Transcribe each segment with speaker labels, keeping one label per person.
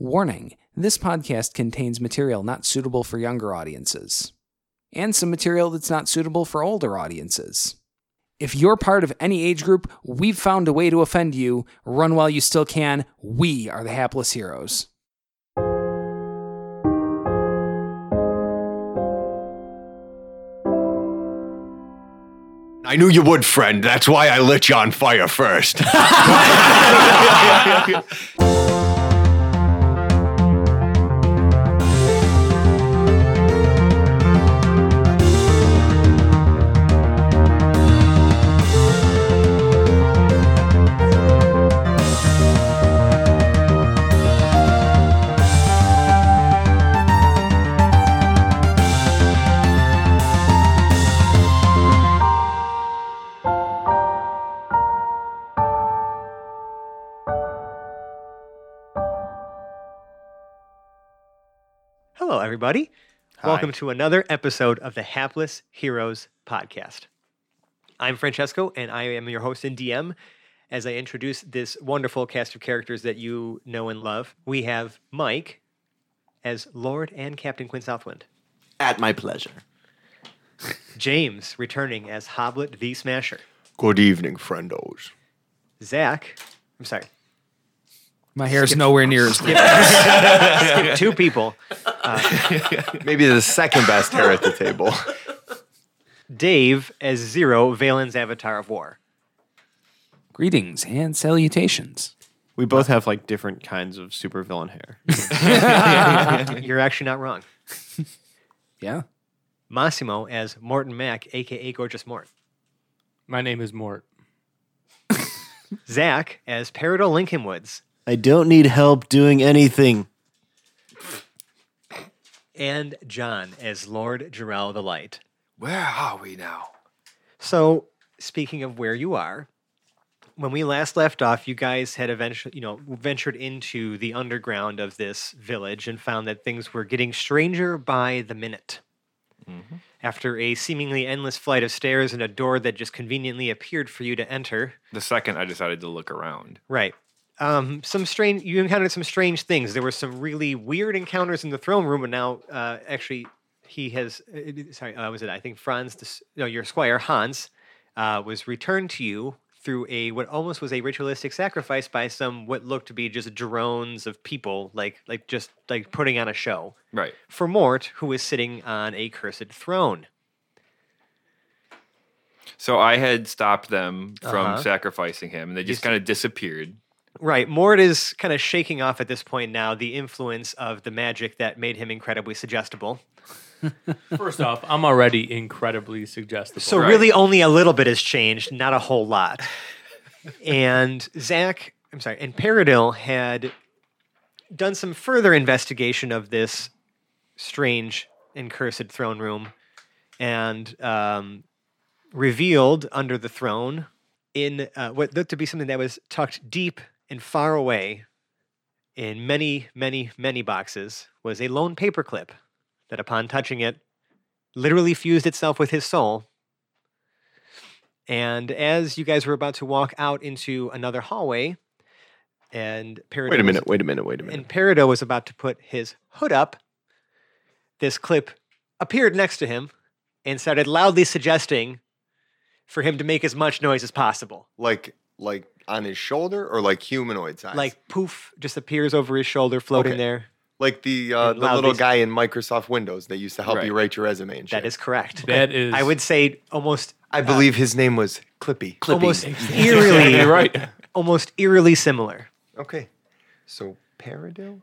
Speaker 1: Warning this podcast contains material not suitable for younger audiences, and some material that's not suitable for older audiences. If you're part of any age group, we've found a way to offend you. Run while you still can. We are the hapless heroes.
Speaker 2: I knew you would, friend. That's why I lit you on fire first.
Speaker 3: Hello, everybody. Welcome to another episode of the Hapless Heroes podcast. I'm Francesco, and I am your host and DM. As I introduce this wonderful cast of characters that you know and love, we have Mike as Lord and Captain Quinn Southwind,
Speaker 4: At my pleasure.
Speaker 3: James returning as Hoblet the Smasher,
Speaker 2: Good evening, friendos.
Speaker 3: Zach, I'm sorry,
Speaker 1: My hair's nowhere near as thick.
Speaker 3: two people,
Speaker 4: Maybe the second best hair at the table.
Speaker 3: Dave as Zero, Valen's Avatar of War.
Speaker 1: Greetings and salutations.
Speaker 5: We both have like different kinds of supervillain hair.
Speaker 3: You're actually not wrong.
Speaker 1: Yeah.
Speaker 3: Massimo as Morton Mack, aka Gorgeous Mort.
Speaker 6: My name is Mort.
Speaker 3: Zach as Peridot Lincoln Woods,
Speaker 7: I don't need help doing anything.
Speaker 3: and John as Lord Jarrell the Light.
Speaker 2: Where are we now?
Speaker 3: So, speaking of where you are, when we last left off, you guys had eventually, you know, ventured into the underground of this village and found that things were getting stranger by the minute. After a seemingly endless flight of stairs and a door that just conveniently appeared for you to enter,
Speaker 8: the second I decided to look around.
Speaker 3: Right. Um, some strange. You encountered some strange things. There were some really weird encounters in the throne room, and now uh, actually he has. uh, uh, Sorry, uh, was it? I think Franz, the s- no, your squire Hans, uh, was returned to you through a what almost was a ritualistic sacrifice by some what looked to be just drones of people, like like just like putting on a show
Speaker 8: Right.
Speaker 3: for Mort, who is sitting on a cursed throne.
Speaker 8: So I had stopped them from
Speaker 3: Uh-huh.
Speaker 8: sacrificing him, and they just kind of disappeared.
Speaker 3: Right. Mort is kind of shaking off at this point now the influence of the magic that made him incredibly suggestible.
Speaker 6: First off, I'm already incredibly suggestible.
Speaker 3: So
Speaker 8: Right.
Speaker 3: really, only a little bit has changed, not a whole lot. and Zach, I'm sorry, and Paradil had done some further investigation of this strange and cursed throne room, and um, revealed under the throne in uh, what looked to be something that was tucked deep and far away in many, many, many boxes was a lone paperclip that, upon touching it, literally fused itself with his soul. And as you guys were about to walk out into another hallway, and Peridot
Speaker 5: Wait a
Speaker 3: was-
Speaker 5: minute, wait a minute, wait a minute.
Speaker 3: and Peridot was about to put his hood up, this clip appeared next to him and started loudly suggesting for him to make as much noise as possible.
Speaker 2: Like, like on his shoulder, or like humanoid size?
Speaker 3: Like poof, just appears over his shoulder, floating
Speaker 2: Okay.
Speaker 3: there.
Speaker 2: like the uh,
Speaker 3: And
Speaker 2: the little
Speaker 3: loudly-
Speaker 2: guy in Microsoft Windows that used to help
Speaker 8: Right.
Speaker 2: you write your resume and shit.
Speaker 3: That is correct.
Speaker 6: that is
Speaker 3: I would say almost
Speaker 2: I believe his name was Clippy.
Speaker 3: almost eerily
Speaker 6: You're right.
Speaker 3: almost eerily similar.
Speaker 2: Okay, so Paradil.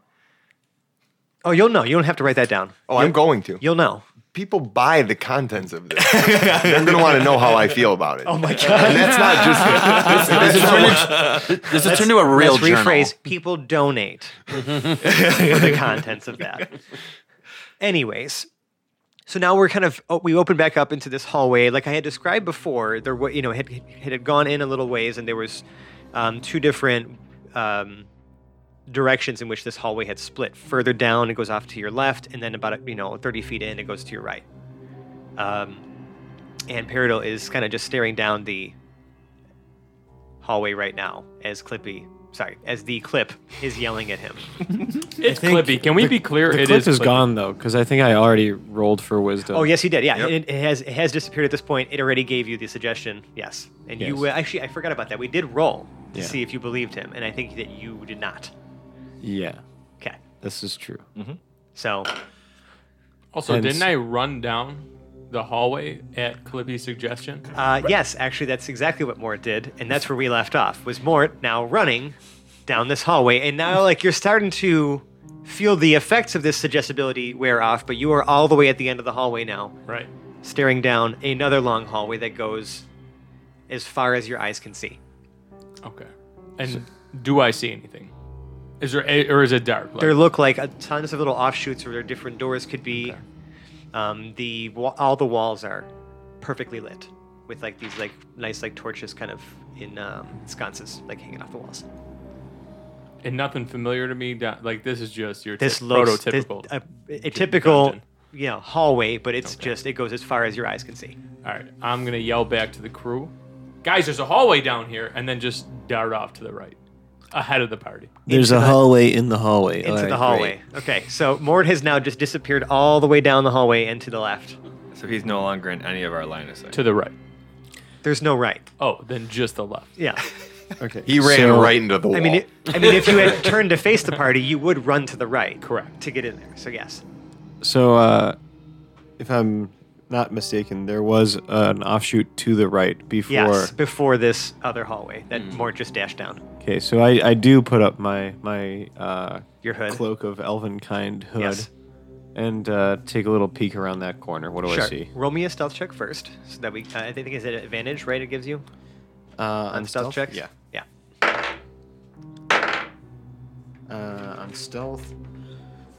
Speaker 3: Oh, you'll know. You don't have to write that down.
Speaker 2: Oh, I'm going to.
Speaker 3: You'll know.
Speaker 2: People buy the contents of this. They're gonna want to know how I feel about it. Oh my god! And that's not just. that's not what-
Speaker 4: This has turned into a real
Speaker 3: Let's
Speaker 4: journal.
Speaker 3: rephrase. People donate for the contents of that. Anyways, so now we're kind of oh, we open back up into this hallway. Like I had described before, there were you know had had had gone in a little ways, and there was um, two different um, directions in which this hallway had split. Further down, it goes off to your left, and then about you know thirty feet in, it goes to your right. Um, and Peridot is kind of just staring down the hallway right now as Clippy sorry, as the clip is yelling at him.
Speaker 6: It's Clippy. Can we be clear?
Speaker 5: The
Speaker 6: It
Speaker 5: clip
Speaker 6: is
Speaker 5: is
Speaker 6: Clippy.
Speaker 5: gone though, because I think I already rolled for wisdom.
Speaker 3: Oh yes, he did. Yeah,
Speaker 2: Yep.
Speaker 3: it, it has it has disappeared at this point. It already gave you the suggestion. Yes, and you
Speaker 5: Yes.
Speaker 3: you actually I forgot about that. We did roll to
Speaker 5: Yeah.
Speaker 3: see if you believed him, and I think that you did not.
Speaker 5: Yeah,
Speaker 3: Okay,
Speaker 5: this is true.
Speaker 3: so uh,
Speaker 6: Also,
Speaker 5: Hence-
Speaker 6: didn't I run down the hallway at Clippy's suggestion?
Speaker 3: uh, yes, actually, that's exactly what Mort did, and that's where we left off. Was Mort now running down this hallway, and now like you're starting to feel the effects of this suggestibility wear off, but you are all the way at the end of the hallway now,
Speaker 6: Right.
Speaker 3: staring down another long hallway that goes as far as your eyes can see.
Speaker 6: Okay. And do I see anything? Is there a, or is it dark? Like,
Speaker 3: there look like a tons of little offshoots where different doors could be. Um, the wa- all the walls are perfectly lit with like these like nice like torches kind of in um, sconces like hanging off the walls.
Speaker 6: and nothing familiar to me. da- Like this is just your
Speaker 3: This
Speaker 6: typ-
Speaker 3: looks this-
Speaker 6: prototypical.
Speaker 3: a, a typical
Speaker 6: dungeon.
Speaker 3: you know hallway, but it's just it goes as far as your eyes can see.
Speaker 6: All right. I'm gonna yell back to the crew, guys. There's a hallway down here, and then just dart off to the right, ahead of the party.
Speaker 7: There's a
Speaker 3: the-
Speaker 7: hallway in the hallway.
Speaker 3: Into the hallway. Okay, so Mord has now just disappeared all the way down the hallway and to the left.
Speaker 8: So he's no longer in any of our line of sight.
Speaker 6: To the right.
Speaker 3: There's no right.
Speaker 6: Oh, then just the left.
Speaker 3: Yeah.
Speaker 5: Okay,
Speaker 2: He ran
Speaker 5: So-
Speaker 2: right into the wall.
Speaker 3: I mean, it, I mean, if you had turned to face the party, you would run to the right.
Speaker 6: Correct.
Speaker 3: To get in there. So yes.
Speaker 5: So, uh, if I'm not mistaken, there was an offshoot to the right before.
Speaker 3: Yes, before this other hallway that Mort just dashed down.
Speaker 5: Okay, so I, I do put up my my uh,
Speaker 3: Your hood.
Speaker 5: cloak of elven kind hood
Speaker 3: Yes.
Speaker 5: and uh, take a little peek around that corner. What do I
Speaker 3: Sure.
Speaker 5: see?
Speaker 3: Roll me a stealth check first, so that we. Uh, I think it's an advantage, right? It gives you
Speaker 5: Uh, on,
Speaker 3: on stealth, checks.
Speaker 5: Yeah.
Speaker 3: Yeah.
Speaker 5: Uh, on stealth,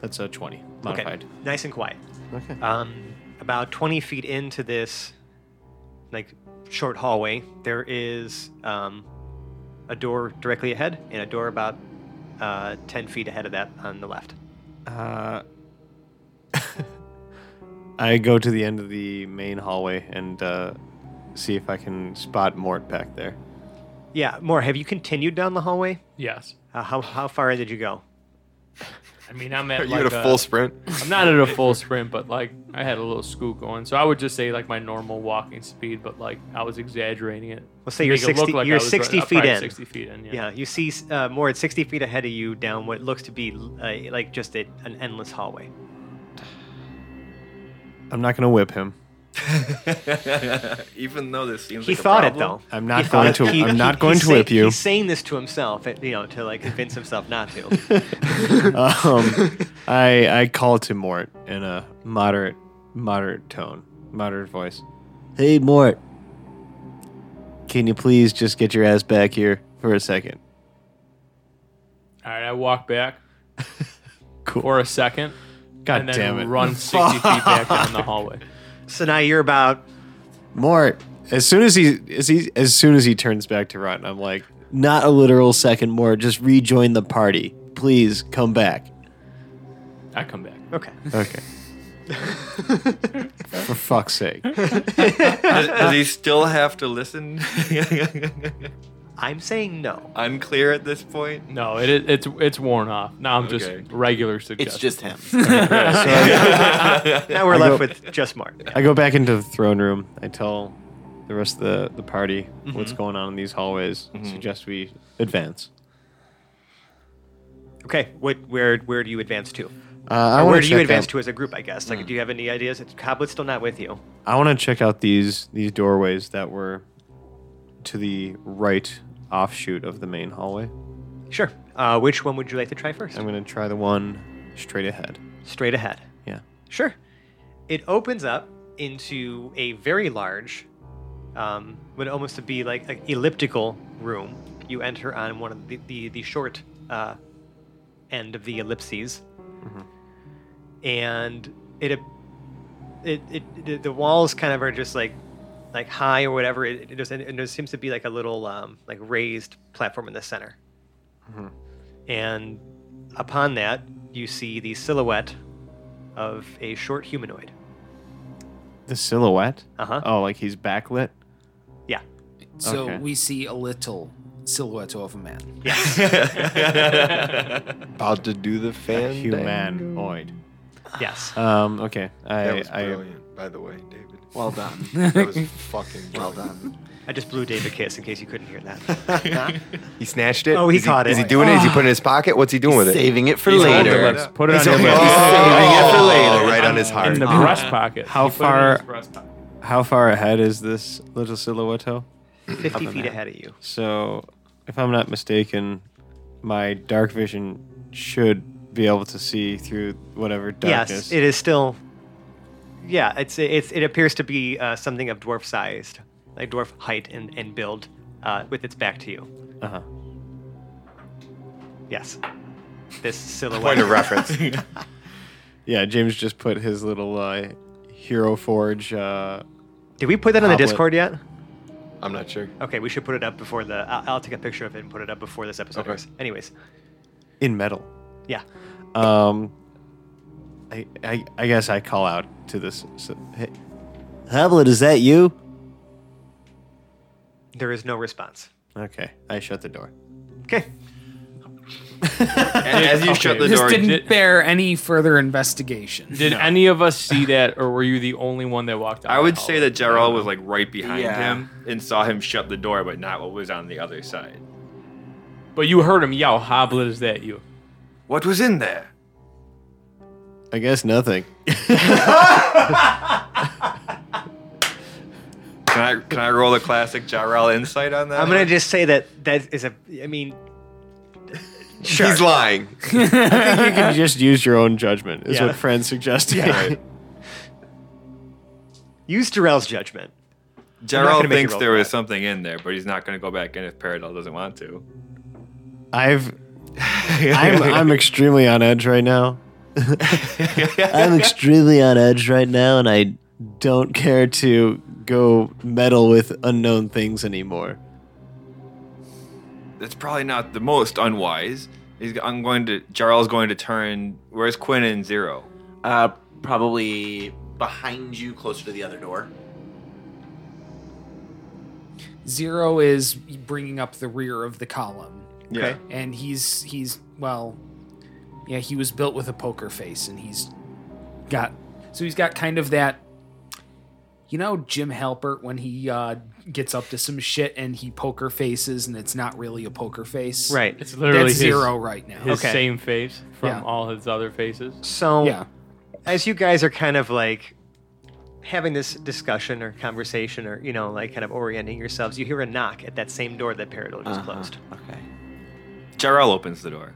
Speaker 5: that's a twenty
Speaker 3: Okay.
Speaker 5: modified.
Speaker 3: Nice and quiet.
Speaker 5: Okay.
Speaker 3: Um, about 20 feet into this, like, short hallway, there is um, a door directly ahead and a door about uh, 10 feet ahead of that on the left.
Speaker 5: Uh, I go to the end of the main hallway and uh, see if I can spot Mort back there.
Speaker 3: Yeah. More. Have you continued down the hallway?
Speaker 6: Yes.
Speaker 3: Uh, how how far in did you go?
Speaker 6: I mean, I'm at
Speaker 2: you
Speaker 6: like
Speaker 2: had a full sprint.
Speaker 6: I'm not at a full sprint, but like I had a little scoot going, so I would just say like my normal walking speed, but like I was exaggerating it.
Speaker 3: Let's say
Speaker 6: To
Speaker 3: you're
Speaker 6: make it look
Speaker 3: 60
Speaker 6: like I
Speaker 3: you're
Speaker 6: was
Speaker 3: 60
Speaker 6: right- uh,
Speaker 3: feet
Speaker 6: probably
Speaker 3: in.
Speaker 6: Sixty feet in. Yeah.
Speaker 3: Yeah, you see uh, more at 60 feet ahead of you down what looks to be uh, like just a, an endless hallway.
Speaker 5: I'm not gonna whip him.
Speaker 8: Even though this seems
Speaker 3: He
Speaker 8: like a
Speaker 3: thought it though.
Speaker 8: problem,
Speaker 5: I'm
Speaker 3: He
Speaker 5: not
Speaker 3: thought
Speaker 5: going
Speaker 3: it-
Speaker 5: to-
Speaker 3: he-
Speaker 5: I'm
Speaker 3: he-
Speaker 5: not
Speaker 3: he's
Speaker 5: going to
Speaker 3: say-
Speaker 5: whip you.
Speaker 3: He's saying this to himself, uh, you know, to like convince himself not to.
Speaker 5: um, I I call to Mort in a moderate moderate tone, moderate voice.
Speaker 7: Hey, Mort. Can you please just get your ass back here for a second?
Speaker 6: All right, I walk back
Speaker 5: Cool.
Speaker 6: for a second,
Speaker 5: God
Speaker 6: and then
Speaker 5: damn it!
Speaker 6: run sixty feet back down the hallway.
Speaker 3: so now you're about
Speaker 5: Mort. As soon as he as he as soon as he turns back to run, I'm like,
Speaker 7: Not a literal second, Mort. Just rejoin the party. Please come back.
Speaker 6: I come back.
Speaker 3: okay.
Speaker 5: okay. For fuck's sake!
Speaker 8: does, does he still have to listen?
Speaker 3: I'm saying no.
Speaker 8: Unclear at this point.
Speaker 6: No, it, is- it's it's worn off. Now I'm just
Speaker 8: Okay.
Speaker 6: regular suggestion.
Speaker 4: It's just him.
Speaker 3: Now we're
Speaker 5: I
Speaker 3: left
Speaker 5: go-
Speaker 3: with just Mark.
Speaker 5: I go back into the throne room. I tell the rest of the the party
Speaker 3: Mm-hmm.
Speaker 5: what's going on in these hallways. Suggest we advance.
Speaker 3: Okay, what where where do you advance to?
Speaker 5: Uh, I
Speaker 3: Or
Speaker 5: wanna
Speaker 3: where do you
Speaker 5: check
Speaker 3: advance
Speaker 5: out-
Speaker 3: to as a group? I guess.
Speaker 8: Hmm.
Speaker 3: Like, do you have any ideas? It's- Coblet's still not with you.
Speaker 5: I want to check out these these doorways that were to the right offshoot of the main hallway.
Speaker 3: Sure. Uh, which one would you like to try first?
Speaker 5: I'm gonna try the one straight ahead.
Speaker 3: Straight ahead.
Speaker 5: Yeah.
Speaker 3: Sure. It opens up into a very large, um, would almost be like an elliptical room. You enter on one of the the, the short uh, end of the ellipses, and it, ap- it it the- the walls kind of are just like like high or whatever. It, it, there's, and there seems to be like a little um, like raised platform in the center, and upon that you see the silhouette of a short humanoid.
Speaker 5: The silhouette.
Speaker 3: Uh huh.
Speaker 5: Oh, like he's backlit.
Speaker 3: Yeah.
Speaker 1: So
Speaker 5: Okay.
Speaker 1: we see a little silhouette of a man.
Speaker 2: About to do the fan.
Speaker 5: Humanoid.
Speaker 3: Yes.
Speaker 5: Um, okay.
Speaker 2: That
Speaker 5: I,
Speaker 2: was
Speaker 5: I
Speaker 2: brilliant, by the way, David.
Speaker 1: Well done.
Speaker 2: That was fucking well done.
Speaker 3: I just blew Dave a kiss in case you couldn't hear that.
Speaker 2: He snatched it.
Speaker 3: Oh, he
Speaker 2: is
Speaker 3: caught it.
Speaker 2: Is he doing it? Is he putting it in his pocket? What's he doing with it?
Speaker 7: Saving it for
Speaker 5: He's holding
Speaker 7: later.
Speaker 5: it. Let's put it on
Speaker 2: He's
Speaker 5: your
Speaker 2: saving
Speaker 5: list.
Speaker 2: it for later,
Speaker 6: Oh,
Speaker 2: right on his
Speaker 6: In
Speaker 2: heart.
Speaker 8: uh,
Speaker 6: the breast pocket.
Speaker 5: How
Speaker 6: He put it in his
Speaker 5: far-
Speaker 6: breast pocket.
Speaker 5: How far ahead is this little silhouette?
Speaker 3: 50 feet ahead of you.
Speaker 5: So, if I'm not mistaken, my dark vision should be able to see through whatever darkness.
Speaker 3: Yes, it is still. Yeah, it's it's it appears to be uh, something of dwarf sized, like dwarf height and and build, uh, with its back to you.
Speaker 5: Uh-huh.
Speaker 3: Yes, this
Speaker 2: Point of
Speaker 3: silhouette.
Speaker 2: reference.
Speaker 5: Yeah, James just put his little uh, Hero Forge. Uh,
Speaker 3: Did we put that on the
Speaker 5: Tablet.
Speaker 3: Discord yet?
Speaker 2: I'm not sure.
Speaker 3: Okay, we should put it up before the. I'll, I'll take a picture of it and put it up before this episode.
Speaker 2: Okay.
Speaker 3: ends. Anyways,
Speaker 5: in metal.
Speaker 3: yeah,
Speaker 5: Um, I, I I guess I call out to this. So, hey,
Speaker 7: Hamlet, is that you?
Speaker 3: there is no response.
Speaker 5: okay, I shut the door.
Speaker 3: Okay,
Speaker 8: And as you
Speaker 6: Okay.
Speaker 8: shut the
Speaker 6: This
Speaker 1: This
Speaker 8: door,
Speaker 1: didn't bear any further investigation.
Speaker 6: Did any of us see that, or were you the only one that walked out?
Speaker 8: I would
Speaker 6: the
Speaker 8: say
Speaker 6: hallway?
Speaker 8: that Gerald was like right behind
Speaker 1: Yeah.
Speaker 8: him and saw him shut the door, but not what was on the other side.
Speaker 6: But you heard him yell, "Hoblet, is that you?"
Speaker 8: What was in there?
Speaker 5: I guess nothing.
Speaker 8: Can I can I roll a classic Jarrell insight on that?
Speaker 3: I'm gonna just say that that is a. I mean, sure.
Speaker 2: He's lying.
Speaker 5: I think you can just use your own judgment. Is
Speaker 3: Yeah.
Speaker 5: what friends suggested.
Speaker 3: Use Darrell's judgment. I'm not gonna
Speaker 8: Jarrell
Speaker 3: make you
Speaker 8: thinks
Speaker 3: roll
Speaker 8: there
Speaker 3: for
Speaker 8: was
Speaker 3: that.
Speaker 8: something in there, but he's not gonna go back in if Paradol doesn't want to.
Speaker 5: I've I'm I'm extremely on edge right now.
Speaker 7: I'm extremely on edge right now, and I
Speaker 5: Don't care to go meddle with unknown things anymore.
Speaker 8: That's probably not the most unwise. He's, I'm going to Jarl's going to turn. Where's Quinn and Zero?
Speaker 7: uh, probably behind you, closer to the other door.
Speaker 1: Zero is bringing up the rear of the column,
Speaker 8: Yeah.
Speaker 1: and he's he's well, yeah, he was built with a poker face, and he's got so he's got kind of that. You know Jim Halpert when he uh, gets up to some shit and he poker faces and it's not really a poker face.
Speaker 3: Right.
Speaker 6: It's
Speaker 1: That's
Speaker 6: literally his,
Speaker 1: zero right now.
Speaker 6: His
Speaker 3: Okay.
Speaker 6: same face from
Speaker 1: Yeah.
Speaker 6: all his other faces.
Speaker 3: So
Speaker 1: Yeah.
Speaker 3: as you guys are kind of like having this discussion or conversation or you know like kind of orienting yourselves you hear a knock at that same door that Peridot just closed
Speaker 7: Okay.
Speaker 8: Jarrell opens the door.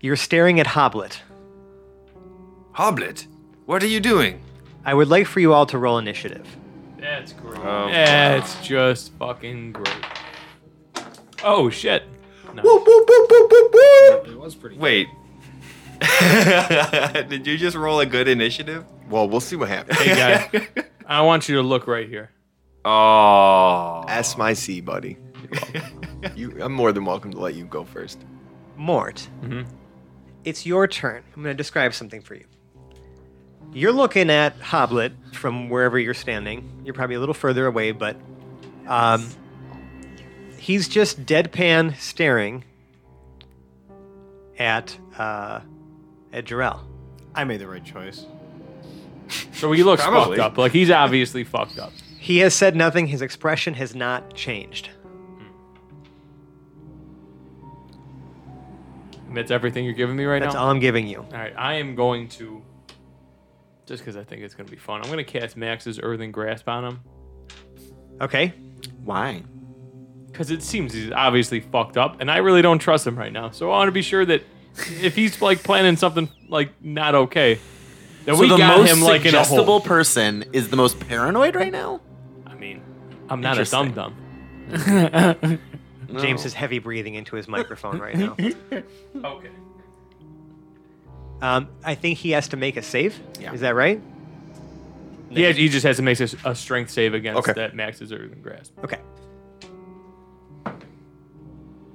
Speaker 3: you're staring at hoblet
Speaker 8: Hoblet, what are you doing?
Speaker 3: i would like for you all to roll initiative
Speaker 6: That's great.
Speaker 8: Oh.
Speaker 6: That's just fucking great. Oh shit. No.
Speaker 1: It was pretty.
Speaker 8: Wait. Did you just roll a good initiative?
Speaker 2: Well, we'll see what happens.
Speaker 6: Hey guys, I want you to look right here.
Speaker 8: Oh.
Speaker 2: Ask my C, buddy. You're welcome. You, I'm more than welcome to let you go first.
Speaker 3: mort
Speaker 6: Mhm.
Speaker 3: it's your turn i'm going to describe something for you you're looking at hoblet from wherever you're standing you're probably a little further away but um, he's just deadpan staring at uh, at Jarrell.
Speaker 5: I made the right choice.
Speaker 6: So he looks
Speaker 8: Probably.
Speaker 6: fucked up. Like he's obviously fucked up.
Speaker 3: He has said nothing. His expression has not changed.
Speaker 6: And that's everything you're giving me right
Speaker 3: That's
Speaker 6: now.
Speaker 3: all I'm giving you.
Speaker 6: All right, I am going to just because I think it's gonna be fun. I'm gonna cast Max's Earthen Grasp on him
Speaker 3: Okay.
Speaker 7: Why?
Speaker 6: because it seems he's obviously fucked up, and I really don't trust him right now. So I want to be sure that if he's like planning something like not okay, that we
Speaker 7: the
Speaker 6: got
Speaker 7: most
Speaker 6: him like in a
Speaker 7: suggestible
Speaker 6: hole.
Speaker 7: person is the most paranoid right now.
Speaker 6: I mean, I'm not a
Speaker 7: Interesting.
Speaker 6: dumb dumb.
Speaker 3: James is heavy breathing into his microphone right now.
Speaker 6: Okay.
Speaker 3: Um, I think he has to make a save.
Speaker 7: Yeah.
Speaker 3: Is that right?
Speaker 6: Yeah, he just has to make a, a strength save against
Speaker 2: Okay.
Speaker 6: that Max's Earthen Grasp,
Speaker 3: Okay.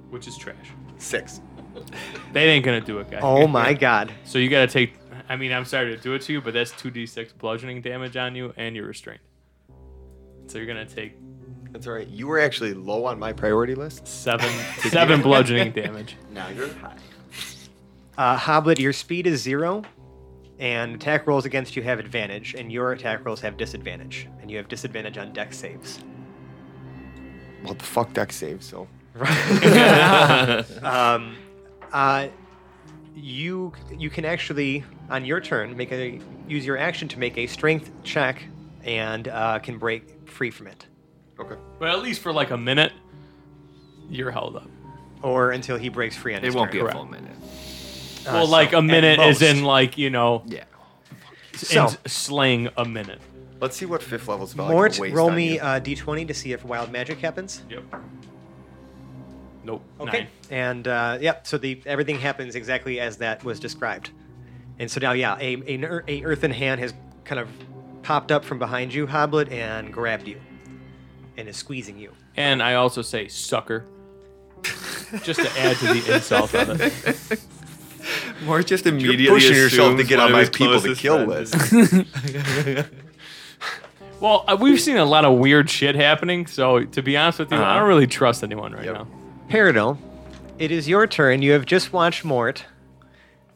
Speaker 6: which is trash.
Speaker 2: Six.
Speaker 6: They ain't gonna do it, guys.
Speaker 3: Oh my God.
Speaker 6: So you gotta take. I mean, I'm sorry to do it to you, but that's two d6 bludgeoning damage on you, and you're restrained. So you're gonna take
Speaker 2: That's all right. You were actually low on my priority list.
Speaker 6: Seven, seven bludgeoning damage.
Speaker 2: Now you're high.
Speaker 3: Uh, Hoblet, your speed is zero, and attack rolls against you have advantage, and your attack rolls have disadvantage, and you have disadvantage on deck saves.
Speaker 2: Well, the fuck deck save, so.
Speaker 3: Um, uh, you you can actually on your turn make a use your action to make a strength check, and uh, can break free from it,
Speaker 2: Okay.
Speaker 6: But at least for like a minute, you're held up.
Speaker 3: or until he breaks free on
Speaker 8: It
Speaker 3: his
Speaker 8: won't be
Speaker 3: turn.
Speaker 8: a
Speaker 6: Correct.
Speaker 8: full minute.
Speaker 2: Ah,
Speaker 6: well, like
Speaker 3: so
Speaker 6: a
Speaker 3: at
Speaker 6: minute is in
Speaker 3: most.
Speaker 6: like you know,
Speaker 8: Yeah.
Speaker 6: in
Speaker 3: So-
Speaker 6: slaying a minute.
Speaker 2: Let's see what fifth level spell. I can
Speaker 3: Mort,
Speaker 2: waste
Speaker 3: roll
Speaker 2: on
Speaker 3: me
Speaker 2: you.
Speaker 3: uh, d20 to see if wild magic happens.
Speaker 6: Yep. Nope.
Speaker 3: Okay.
Speaker 6: Nine.
Speaker 3: And uh, yep, so the everything happens exactly as that was described. And so now, yeah, a, a, ner- a earthen hand has kind of popped up from behind you, Hoblet, and grabbed you, and is squeezing you.
Speaker 6: And I also say sucker, just to add to the insult of it.
Speaker 8: Mort just
Speaker 2: You're
Speaker 8: immediately
Speaker 2: pushing yourself to
Speaker 8: assumes
Speaker 2: get
Speaker 8: one
Speaker 2: on
Speaker 8: of
Speaker 2: my
Speaker 8: his
Speaker 2: people to
Speaker 8: closest
Speaker 2: kill
Speaker 8: friends
Speaker 2: list.
Speaker 6: Well, uh, we've seen a lot of weird shit happening, so to be honest with you, I
Speaker 8: Uh-huh.
Speaker 6: don't really trust anyone right
Speaker 2: Yep.
Speaker 6: now.
Speaker 3: Peridil, it is your turn. You have just watched Mort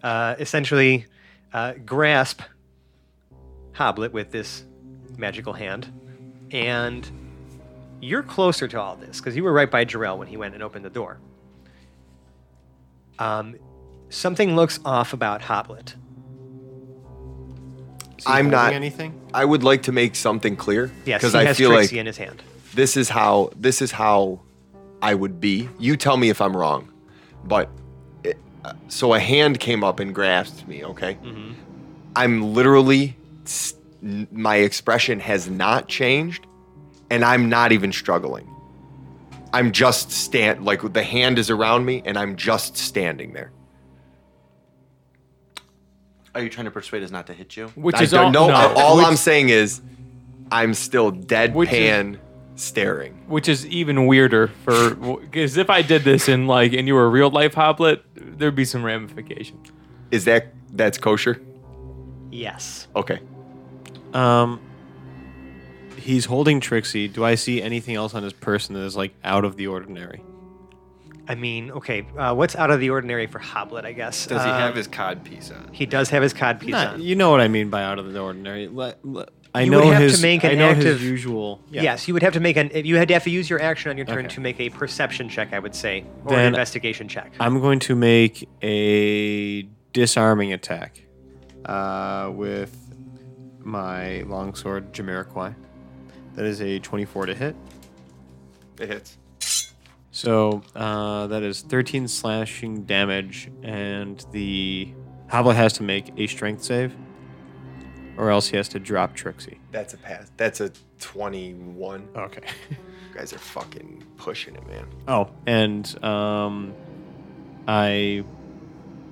Speaker 3: uh, essentially uh, grasp Hoblet with this magical hand. And you're closer to all this because you were right by Jarrell when he went and opened the door. Um, something looks off about Hoblet.
Speaker 5: Is he
Speaker 2: I'm
Speaker 5: holding
Speaker 2: not-
Speaker 5: anything.
Speaker 2: I would like to make something clear.
Speaker 3: Yes,
Speaker 2: Because
Speaker 3: he
Speaker 2: I
Speaker 3: has
Speaker 2: feel
Speaker 3: Trixie
Speaker 2: like
Speaker 3: in his hand.
Speaker 2: this is how this is how I would be. You tell me if I'm wrong, but it, uh, so a hand came up and grasped me. Okay,
Speaker 6: Mm-hmm.
Speaker 2: I'm literally s- n- my expression has not changed, and I'm not even struggling. I'm just stand like the hand is around me, and I'm just standing there.
Speaker 4: Are you trying to persuade us not to hit you?
Speaker 6: Which
Speaker 2: I
Speaker 6: is all,
Speaker 2: don't know.
Speaker 6: no,
Speaker 2: all
Speaker 6: which,
Speaker 2: I'm saying is, I'm still
Speaker 6: Which is-
Speaker 2: deadpan staring.
Speaker 6: which is even weirder for because if I did this in like and you were a real life hoplet, there'd be some ramification.
Speaker 2: Is that that's kosher?
Speaker 3: Yes.
Speaker 2: Okay.
Speaker 5: Um, he's holding Trixie. Do I see anything else on his person that is like out of the ordinary?
Speaker 3: I mean, okay, uh, what's out of the ordinary for Hoblet, I guess?
Speaker 8: Does he
Speaker 3: Uh,
Speaker 8: have his cod piece on?
Speaker 3: He does have his codpiece
Speaker 5: Not-
Speaker 3: on.
Speaker 5: you know what I mean by out of the ordinary. Le- le- I
Speaker 3: You would
Speaker 5: know
Speaker 3: have to
Speaker 5: his.
Speaker 3: make
Speaker 5: I
Speaker 3: an
Speaker 5: know
Speaker 3: active-
Speaker 5: his usual. yeah.
Speaker 3: Yes, you would have to make an. if You had to have to use your action on your turn
Speaker 5: Okay.
Speaker 3: to make a perception check, I would say, or an
Speaker 5: Then-
Speaker 3: investigation check.
Speaker 5: I'm going to make a disarming attack uh, with my longsword Jamiroquai. That is a 24 to hit.
Speaker 2: It hits.
Speaker 5: So uh, that is 13 slashing damage, and the Hoblet has to make a strength save, or else he has to drop Trixie.
Speaker 2: That's a pass. That's a 21.
Speaker 5: Okay.
Speaker 2: You guys are fucking pushing it, man.
Speaker 5: Oh, and um, I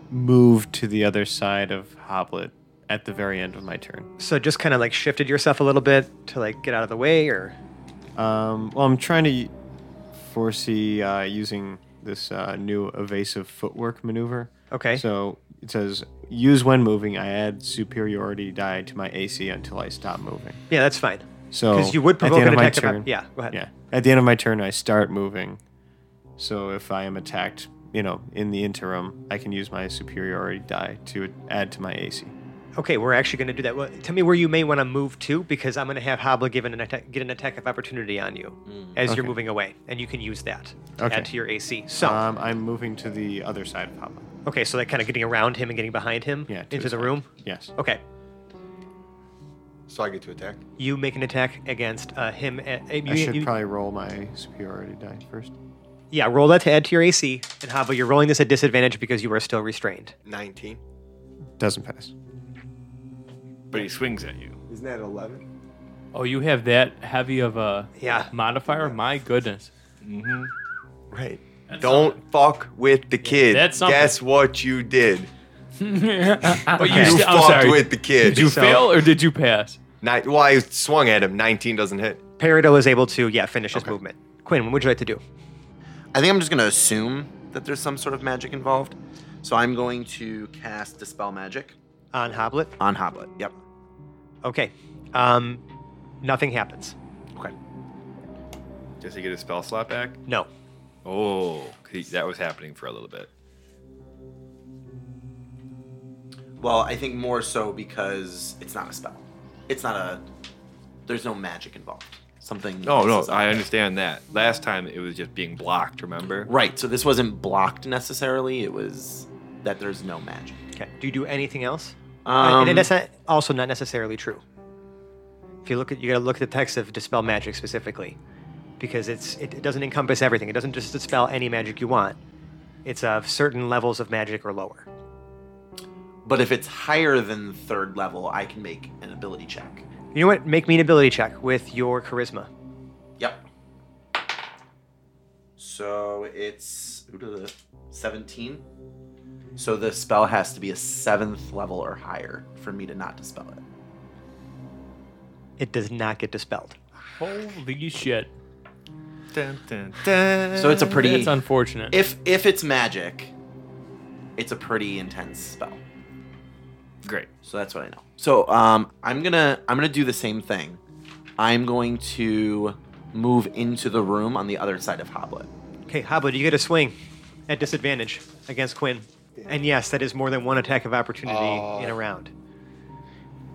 Speaker 5: move to the other side of Hoblet at the very end of my turn.
Speaker 3: so just kind of like shifted yourself a little bit to like get out of the way, or
Speaker 5: Um, well, I'm trying to y- foresee uh, using this uh, new evasive footwork maneuver.
Speaker 3: okay,
Speaker 5: So it says use when moving. I add superiority die to my AC until I stop moving.
Speaker 3: yeah, that's fine.
Speaker 5: So
Speaker 3: Because you would
Speaker 5: at the
Speaker 3: provoke
Speaker 5: end
Speaker 3: an
Speaker 5: of my
Speaker 3: attack. of
Speaker 5: turn.
Speaker 3: opp- yeah, go ahead.
Speaker 5: Yeah. At the end of my turn, I start moving. So if I am attacked, you know, in the interim, I can use my superiority die to add to my AC.
Speaker 3: Okay, we're actually going to do that. Well, tell me where you may want to move to, because I'm going to have Hobla give an attack, get an attack of opportunity on you as you're
Speaker 5: Okay.
Speaker 3: moving away, and you can use that to
Speaker 5: Okay.
Speaker 3: add to your AC. So
Speaker 5: um, I'm moving to the other side of Papa.
Speaker 3: okay, so like kind of getting around him and getting behind him
Speaker 5: Yeah,
Speaker 3: into
Speaker 5: to his
Speaker 3: the
Speaker 5: side.
Speaker 3: room.
Speaker 5: Yes.
Speaker 3: Okay,
Speaker 2: So I get to attack.
Speaker 3: you make an attack against uh, him. At, uh, you,
Speaker 5: I should
Speaker 3: you-
Speaker 5: probably roll my superiority die first.
Speaker 3: Yeah, roll that to add to your AC. And Hava, you're rolling this at disadvantage because you are still restrained.
Speaker 2: 19.
Speaker 5: Doesn't pass.
Speaker 8: But he swings at you.
Speaker 2: Isn't that 11?
Speaker 6: Oh, you have that heavy of a
Speaker 3: Yeah.
Speaker 6: modifier? My goodness.
Speaker 2: Right. Don't fuck with the kid.
Speaker 6: that's something.
Speaker 2: Guess what you did?
Speaker 6: But you,
Speaker 2: You
Speaker 6: st- I'm
Speaker 2: fucked
Speaker 6: sorry.
Speaker 2: with the kid.
Speaker 6: did you
Speaker 3: So-
Speaker 6: fail or did you pass?
Speaker 2: Ni- well, I swung at him. 19 doesn't hit.
Speaker 3: Peridot is able to, yeah, finish his movement. Quinn, what would you like to do?
Speaker 4: I think I'm just going to assume that there's some sort of magic involved. So I'm going to cast Dispel Magic
Speaker 3: On Hoblet?
Speaker 4: on Hoblet. Yep.
Speaker 3: Okay. Um, nothing happens.
Speaker 4: Okay.
Speaker 8: Does he get his spell slot back?
Speaker 3: No.
Speaker 8: Oh, 'cause he- that was happening for a little bit.
Speaker 4: Well, I think more so because it's not a spell. It's not a. There's no magic involved. Something.
Speaker 8: Oh, No, no,
Speaker 4: else is up
Speaker 8: I
Speaker 4: there.
Speaker 8: understand that. Last time it was just being blocked. Remember?
Speaker 4: Right. So this wasn't blocked necessarily. It was that there's no magic.
Speaker 3: Okay. Do you do anything else?
Speaker 4: Um,
Speaker 3: and that's not, also not necessarily true. If you look at, you got to look at the text of dispel magic specifically, because it's it, it doesn't encompass everything. It doesn't just dispel any magic you want. It's of certain levels of magic or lower.
Speaker 4: but if it's higher than third level, I can make an ability check.
Speaker 3: You know what? Make me an ability check with your charisma.
Speaker 4: Yep. So it's ooh, duh, duh, 17. So the spell has to be a seventh level or higher for me to not dispel it.
Speaker 3: It does not get dispelled.
Speaker 6: Holy shit.
Speaker 8: Dun, dun, dun.
Speaker 4: So it's a pretty.
Speaker 6: That's unfortunate.
Speaker 4: if if it's magic, it's a pretty intense spell.
Speaker 8: great.
Speaker 4: So that's what I know. So um, I'm gonna I'm gonna do the same thing. I'm going to move into the room on the other side of Hoblet.
Speaker 3: Okay, Hoblet, you get a swing at disadvantage against Quinn. And yes, that is more than one attack of opportunity
Speaker 2: Uh,
Speaker 3: in a round.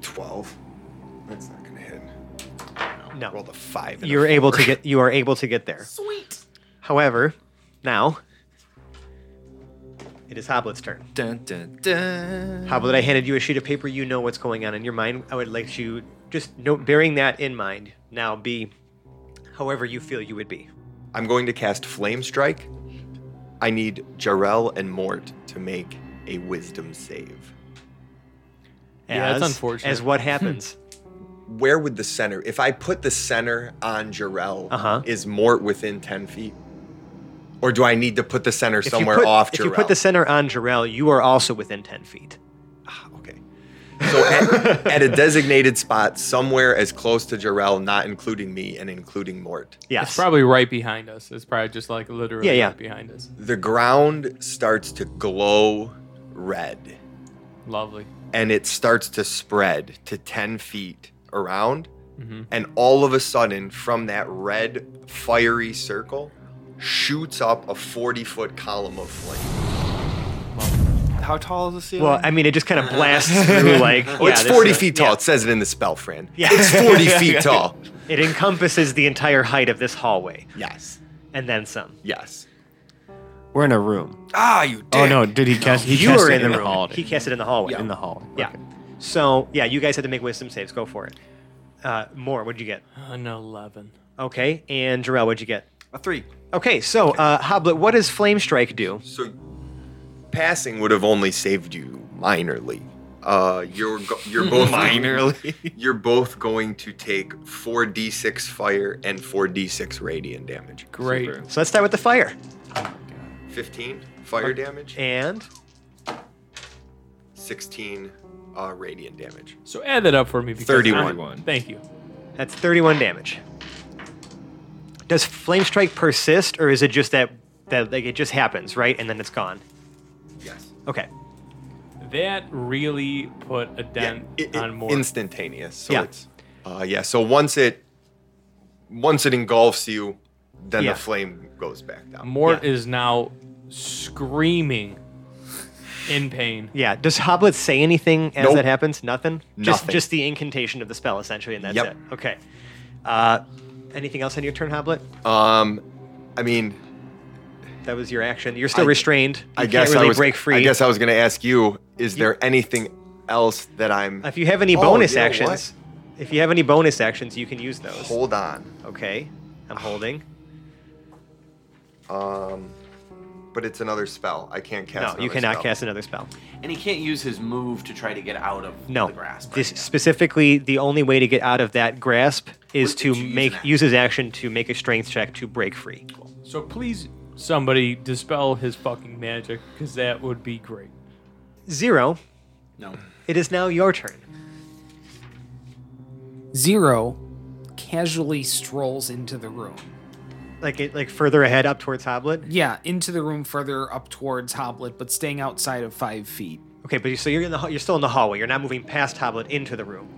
Speaker 2: 12. That's not going to hit.
Speaker 3: No.
Speaker 2: Rolled a 5. and a
Speaker 3: You're able to get you are able to get there.
Speaker 4: Sweet.
Speaker 3: However, now it is Hoblet's turn.
Speaker 8: Dun, dun, dun.
Speaker 3: Hoblet, I handed you a sheet of paper. You know what's going on in your mind. I would like you just note, bearing that in mind, now be however you feel you would be.
Speaker 2: I'm going to cast Flame Strike. I need Jarrell and Mort to make a wisdom save.
Speaker 6: Yeah, that's
Speaker 3: As-
Speaker 6: unfortunate.
Speaker 3: As what happens?
Speaker 2: Hmm. Where would the center, if I put the center on Jarrell,
Speaker 3: Uh-huh.
Speaker 2: is Mort within 10 feet? Or do I need to put the center
Speaker 3: If you
Speaker 2: somewhere
Speaker 3: put-
Speaker 2: off Jarrell?
Speaker 3: If you put the center on Jarrell, you are also within ten feet.
Speaker 2: Ah, okay. So at, at a designated spot, somewhere as close to Jarrell, not including me and including Mort.
Speaker 3: Yes.
Speaker 6: It's probably right behind us. It's probably just like literally
Speaker 3: Yeah, yeah.
Speaker 6: right behind us.
Speaker 2: The ground starts to glow red.
Speaker 6: Lovely.
Speaker 2: and it starts to spread to 10 feet around.
Speaker 3: Mm-hmm.
Speaker 6: Mhm.
Speaker 2: And all of a sudden, from that red, fiery circle, shoots up a 40 foot column of flame.
Speaker 8: How tall is the ceiling?
Speaker 3: Well, I mean, it just kind of blasts through like.
Speaker 2: Oh,
Speaker 3: yeah,
Speaker 2: it's
Speaker 3: this
Speaker 2: 40
Speaker 3: is-
Speaker 2: feet tall. It says it in the spell, Fran.
Speaker 3: Yeah.
Speaker 2: It's 40 feet tall.
Speaker 3: It encompasses the entire height of this hallway
Speaker 2: Yes.
Speaker 3: and then some.
Speaker 2: Yes.
Speaker 5: We're in a room.
Speaker 8: ah, you. Dick.
Speaker 5: Oh no! Did he cast? He
Speaker 3: you
Speaker 5: cast
Speaker 3: were
Speaker 5: it
Speaker 3: in the
Speaker 5: in
Speaker 3: room.
Speaker 5: hall.
Speaker 3: he
Speaker 5: didn't
Speaker 3: cast it in the hallway.
Speaker 5: in the hall.
Speaker 3: Yeah. So yeah, you guys had to make wisdom saves. Go for it. Uh, more. What'd you get?
Speaker 6: An 11.
Speaker 3: Okay. And Jarrell, what'd you get?
Speaker 8: a three.
Speaker 3: Okay. So uh, Hoblet, what does flame strike do?
Speaker 2: So passing would have only saved you minorly. Uh, you're go- you're both
Speaker 8: Minorly.
Speaker 2: You're both going to take 4d6 fire and 4d6 radiant damage.
Speaker 6: Great.
Speaker 8: Super.
Speaker 3: So let's start with the fire.
Speaker 2: 15 fire damage.
Speaker 3: And
Speaker 2: 16 uh, radiant damage.
Speaker 6: So add that up for me. Because
Speaker 2: 31.
Speaker 6: I'm- Thank you.
Speaker 3: that's 31 damage. Does flame strike persist, or is it just that that like it just happens, right, and then it's gone?
Speaker 2: Yes.
Speaker 3: Okay.
Speaker 6: That really put a dent
Speaker 2: it- it-
Speaker 6: on more.
Speaker 2: instantaneous. So
Speaker 3: Yeah.
Speaker 2: it's uh, yeah. So once it once it engulfs you, then
Speaker 3: Yeah.
Speaker 2: the flame goes back down.
Speaker 6: Mort
Speaker 3: Yeah.
Speaker 6: is now screaming in pain.
Speaker 3: Yeah. Does Hoblet say anything as
Speaker 2: Nope.
Speaker 3: that happens? Nothing. Just
Speaker 2: Nothing.
Speaker 3: just the incantation of the spell essentially, and that's
Speaker 2: Yep.
Speaker 3: it. Okay. Uh, anything else on your turn, Hoblet?
Speaker 2: Um, I mean,
Speaker 3: That was your action. You're still
Speaker 2: I-
Speaker 3: restrained. You
Speaker 2: I guess
Speaker 3: can't really
Speaker 2: I was
Speaker 3: break free.
Speaker 2: I guess I was gonna ask you: Is there anything else that I'm?
Speaker 3: if you have any
Speaker 2: Oh,
Speaker 3: bonus
Speaker 2: you know
Speaker 3: actions, if you have any bonus actions, you can use those.
Speaker 2: Hold Ah, on.
Speaker 3: Okay. I'm holding.
Speaker 2: Um, but it's another spell. I can't cast.
Speaker 3: no, you
Speaker 2: another
Speaker 3: cannot
Speaker 2: spell.
Speaker 3: cast another spell.
Speaker 4: And he can't use his move to try to get out of
Speaker 3: No.
Speaker 4: the grasp.
Speaker 3: This
Speaker 4: right now.
Speaker 3: specifically the only way to get out of that grasp is
Speaker 4: Would-
Speaker 3: to
Speaker 4: would you use
Speaker 3: make
Speaker 4: an action?
Speaker 3: use his action to make a strength check to break free.
Speaker 6: So please, somebody dispel his fucking magic because that would be great.
Speaker 3: Zero.
Speaker 4: no.
Speaker 3: It is now your turn.
Speaker 1: Zero casually strolls into the room.
Speaker 3: Like it, like further ahead up towards Hoblet.
Speaker 1: Yeah, into the room further up towards Hoblet, but staying outside of five feet.
Speaker 3: Okay, but you- so you're in the ha- you're still in the hallway. You're not moving past Hoblet into the room.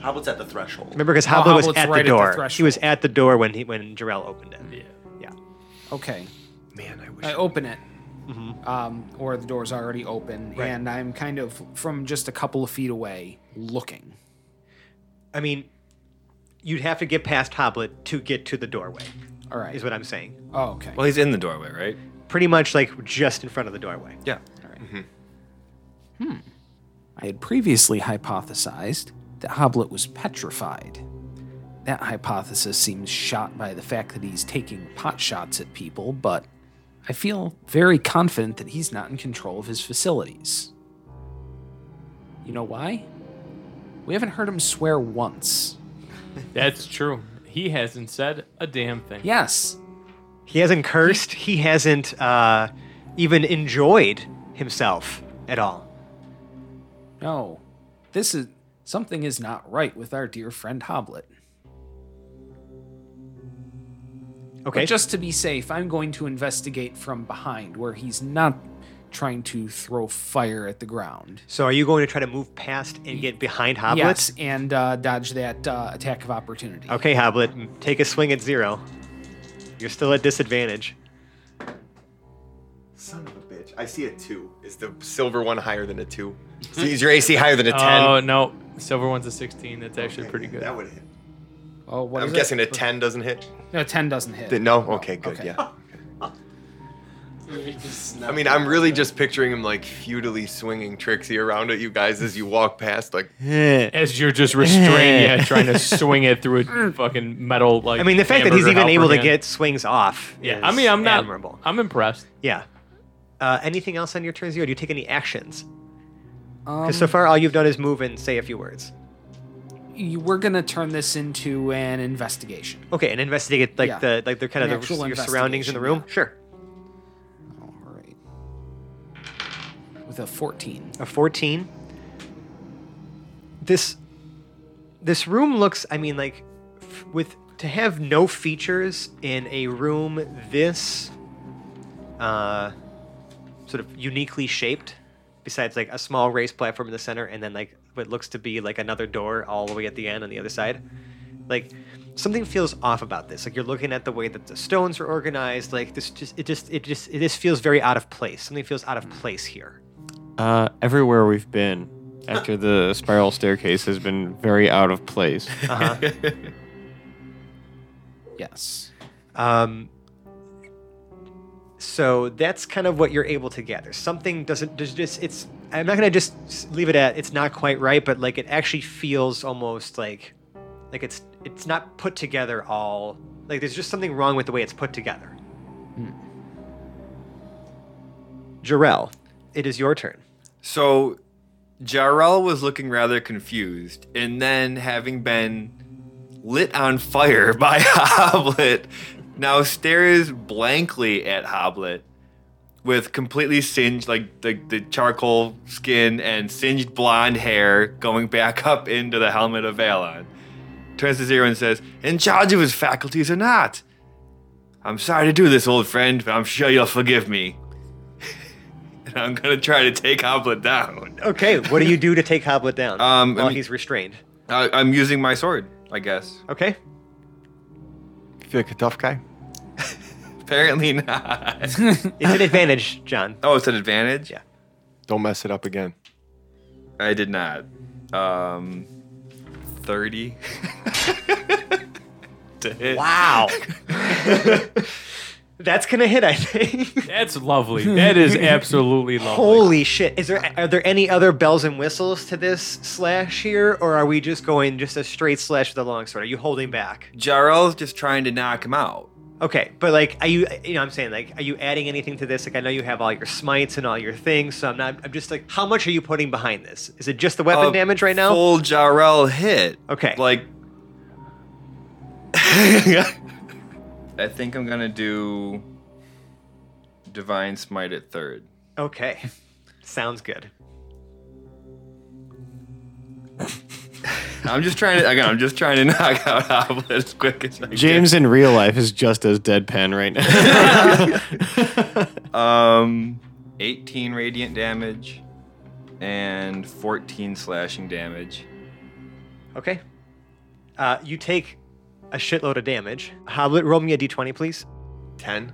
Speaker 4: Hobbit's at the threshold.
Speaker 3: Remember, because Haba was
Speaker 9: Hoblet's
Speaker 3: at
Speaker 9: right at
Speaker 3: the
Speaker 9: the
Speaker 3: door. he was
Speaker 9: threshold.
Speaker 3: at the door when he when Jarrell opened it. Yeah.
Speaker 9: Okay.
Speaker 2: Man, I Mm-hmm. wish.
Speaker 9: I open it, um, or the door's already open, and I'm kind of from just a couple of feet away looking.
Speaker 3: I mean, you'd have to get past Hoblet to get to the doorway.
Speaker 9: All right.
Speaker 3: Is what I'm saying.
Speaker 9: oh, okay.
Speaker 8: Well, he's in the doorway, right?
Speaker 3: Pretty much like just in front of the doorway.
Speaker 8: Yeah.
Speaker 1: I had previously hypothesized that Hoblet was petrified. That hypothesis seems shot by the fact that he's taking pot shots at people, but I feel very confident that he's not in control of his facilities. You know why? We haven't heard him swear once.
Speaker 6: That's true. He hasn't said a damn thing.
Speaker 1: Yes,
Speaker 3: He hasn't cursed. He hasn't uh, even enjoyed himself at all.
Speaker 1: no. This is something is not right with our dear friend Hoblet.
Speaker 3: Okay.
Speaker 1: But just to be safe, I'm going to investigate from behind where he's not trying to throw fire at the ground.
Speaker 3: so are you going to try to move past and get behind Hoblet?
Speaker 1: Yes, and uh, dodge that uh, attack of opportunity.
Speaker 3: Okay, Hoblet, m- take a swing at zero. You're still at disadvantage.
Speaker 2: Son of a bitch. I see a two. Is the silver one higher than a two? See, is your AC higher
Speaker 3: Uh,
Speaker 2: than a ten?
Speaker 6: Oh no, silver one's a sixteen. That's actually pretty good.
Speaker 2: That would hit.
Speaker 1: Oh, what
Speaker 2: I'm
Speaker 1: is
Speaker 2: guessing
Speaker 1: it?
Speaker 2: a ten doesn't hit.
Speaker 1: No, ten doesn't hit.
Speaker 2: Th- No. Okay. Good.
Speaker 1: okay.
Speaker 2: Yeah. I mean, I'm really just picturing him like futilely swinging Trixie around at you guys as you walk past. Like,
Speaker 6: As you're just restrained, yeah, trying to swing it through a fucking metal like.
Speaker 3: I mean, the fact that he's even
Speaker 6: hamburger
Speaker 3: able to
Speaker 6: helper hand.
Speaker 3: get swings off.
Speaker 6: Yeah,
Speaker 3: is
Speaker 6: I mean, I'm not.
Speaker 3: admirable.
Speaker 6: I'm impressed.
Speaker 3: Yeah. Uh, anything else on your turn zero? Do you take any actions?
Speaker 1: Um,
Speaker 3: Because so far, all you've done is move and say a few words.
Speaker 1: you- we're gonna turn this into an investigation.
Speaker 3: Okay, and investigate like
Speaker 1: Yeah.
Speaker 3: the like the kind
Speaker 1: An
Speaker 3: of
Speaker 1: actual
Speaker 3: the, your surroundings in the room.
Speaker 1: investigation,
Speaker 3: Sure.
Speaker 1: All right. With a fourteen.
Speaker 3: A fourteen. This this room looks. I mean, like f- with to have no features in a room this uh, sort of uniquely shaped. Besides, like a small raised platform in the center, and then like what looks to be like another door all the way at the end on the other side. Like something feels off about this. Like you're looking at the way that the stones are organized. Like this just it just it just it just feels very out of place. Something feels out of place here.
Speaker 5: Uh, everywhere we've been after the spiral staircase has been very out of place.
Speaker 1: Yes.
Speaker 3: Um, so that's kind of what you're able to gather. Something doesn't there's just it's. I'm not gonna just s- leave it at it's not quite right, but like it actually feels almost like like it's it's not put together all. Like there's just something wrong with the way it's put together. Hmm. Jarrell, it is your turn.
Speaker 8: So Jarrell was looking rather confused, and then having been lit on fire by Hoblet, now stares blankly at Hoblet with completely singed, like the, the charcoal skin and singed blonde hair going back up into the helmet of Valon. Turns to Zero and says, In charge of his faculties or not? I'm sorry to do this, old friend, but I'm sure you'll forgive me. and I'm gonna try to take Hoblet down.
Speaker 3: Okay, what do you do to take Hoblet down?
Speaker 8: Um, I
Speaker 3: while
Speaker 8: mean-
Speaker 3: he's restrained.
Speaker 8: I, I'm using my sword, I guess.
Speaker 3: Okay.
Speaker 2: feel like a tough guy.
Speaker 8: Apparently not.
Speaker 3: It's an advantage, John.
Speaker 8: oh, it's an advantage?
Speaker 3: Yeah.
Speaker 2: Don't mess it up again.
Speaker 8: I did not. Um, 30. to hit.
Speaker 3: Wow. That's gonna hit, I think.
Speaker 6: That's lovely. That is absolutely lovely.
Speaker 3: Holy shit! Is there are there any other bells and whistles to this slash here, or are we just going just a straight slash with a long sword? Are you holding back?
Speaker 8: Jarl's just trying to knock him out.
Speaker 3: Okay, but like, are you you know what I'm saying like are you adding anything to this? Like I know you have all your smites and all your things, so I'm not. I'm just like, how much are you putting behind this? Is it just the weapon
Speaker 8: A
Speaker 3: damage right now?
Speaker 8: Uh, Full Jarl hit.
Speaker 3: Okay.
Speaker 8: Like, I think I'm gonna do Divine Smite at third.
Speaker 3: Okay, sounds good.
Speaker 8: I'm just trying to again. I'm just trying to knock out Hoblet as quick as I can.
Speaker 5: James in real life is just as deadpan right now.
Speaker 8: Um, 18 radiant damage and 14 slashing damage.
Speaker 3: Okay. Uh, you take a shitload of damage. Hoblet, roll me a d20, please.
Speaker 2: 10.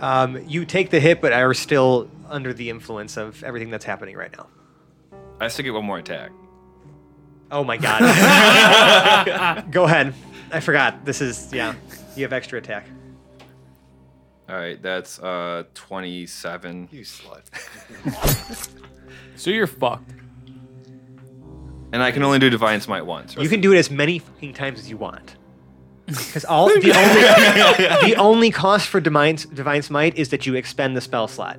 Speaker 3: Um, you take the hit, but are still under the influence of everything that's happening right now.
Speaker 8: I still get one more attack.
Speaker 3: Oh my god. Go ahead. I forgot. This is, yeah. You have extra attack.
Speaker 8: All right, that's uh 27.
Speaker 2: You slut.
Speaker 6: So you're fucked.
Speaker 8: And I can only do divine smite once. Right?
Speaker 3: You can do it as many fucking times as you want. Because all the only the only cost for divine divine smite is that you expend the spell slot.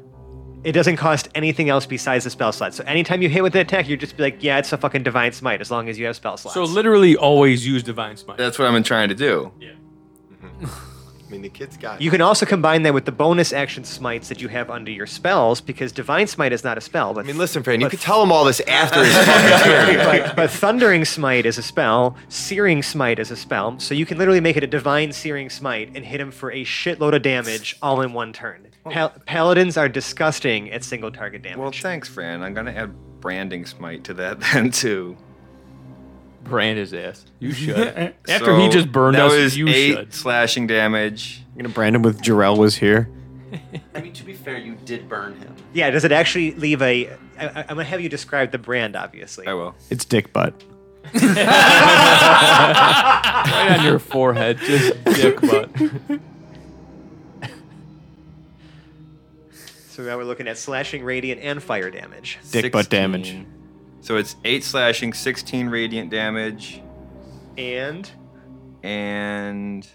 Speaker 3: It doesn't cost anything else besides the spell slot. So anytime you hit with an attack, you're just be like, yeah, it's a fucking divine smite as long as you have spell slots.
Speaker 6: So literally always use divine smite.
Speaker 8: That's what I've been trying to do.
Speaker 2: I mean, the kid's got
Speaker 3: you can also combine that with the bonus action smites that you have under your spells because divine smite is not a spell. But
Speaker 2: I mean, listen, Fran, you could tell him all this after his fucking turn.
Speaker 3: but, but thundering smite is a spell searing smite is a spell so you can literally make it a divine searing smite and hit him for a shitload of damage all in one turn Pal- paladins are disgusting at single target damage
Speaker 8: Well, thanks, Fran. I'm going to add branding smite to that then too.
Speaker 6: Brand his ass. You should. After he
Speaker 8: So
Speaker 6: just burned
Speaker 8: that
Speaker 6: us,
Speaker 8: was
Speaker 6: you
Speaker 8: eight
Speaker 6: should.
Speaker 8: slashing damage.
Speaker 5: I'm gonna brand him with Jarrell was here.
Speaker 4: I mean, to be fair, you did burn him.
Speaker 3: yeah does it actually leave a I, I, i'm gonna have you describe the brand obviously
Speaker 8: I will.
Speaker 5: It's dick butt.
Speaker 6: Right on your forehead, just dick butt.
Speaker 3: so now we're looking at slashing radiant and fire damage
Speaker 5: Dick butt damage.
Speaker 8: 16. So it's 8 slashing, 16 radiant damage,
Speaker 3: and
Speaker 8: and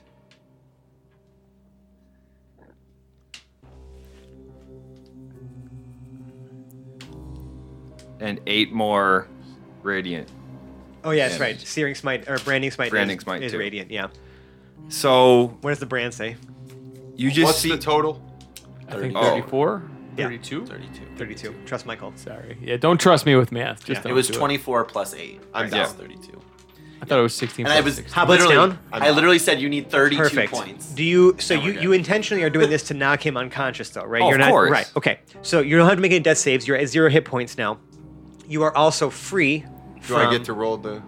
Speaker 8: and 8 more radiant.
Speaker 3: oh yeah that's
Speaker 8: Damage.
Speaker 3: right searing smite or branding smite
Speaker 8: Branding
Speaker 3: is,
Speaker 8: smite,
Speaker 3: is
Speaker 8: too.
Speaker 3: radiant yeah
Speaker 8: So,
Speaker 3: what does the brand say
Speaker 8: you just
Speaker 2: What's
Speaker 8: see
Speaker 2: the total?
Speaker 6: I think
Speaker 8: Oh.
Speaker 6: 34?
Speaker 3: Yeah.
Speaker 6: 32?
Speaker 4: 32.
Speaker 3: 32 trust michael
Speaker 6: Sorry. Yeah, don't trust me with math. Just
Speaker 3: Yeah.
Speaker 6: don't
Speaker 4: it was
Speaker 6: do
Speaker 4: 24 plus 8. I'm
Speaker 8: down.
Speaker 4: 32.
Speaker 6: I thought it was 16.
Speaker 4: And I
Speaker 6: plus
Speaker 4: was
Speaker 6: 16.
Speaker 3: How about
Speaker 4: literally-
Speaker 3: down?
Speaker 4: I literally said you need 32
Speaker 3: Perfect.
Speaker 4: points.
Speaker 3: Do you? So
Speaker 4: Now we're
Speaker 3: you,
Speaker 4: good.
Speaker 3: you intentionally are doing this to knock him unconscious, though, right?
Speaker 8: Oh,
Speaker 3: You're
Speaker 8: of
Speaker 3: not
Speaker 8: course.
Speaker 3: right. Okay. So you don't have to make any death saves. You're at zero hit points now. You are also free.
Speaker 2: Do I
Speaker 8: Um,
Speaker 2: get to roll the.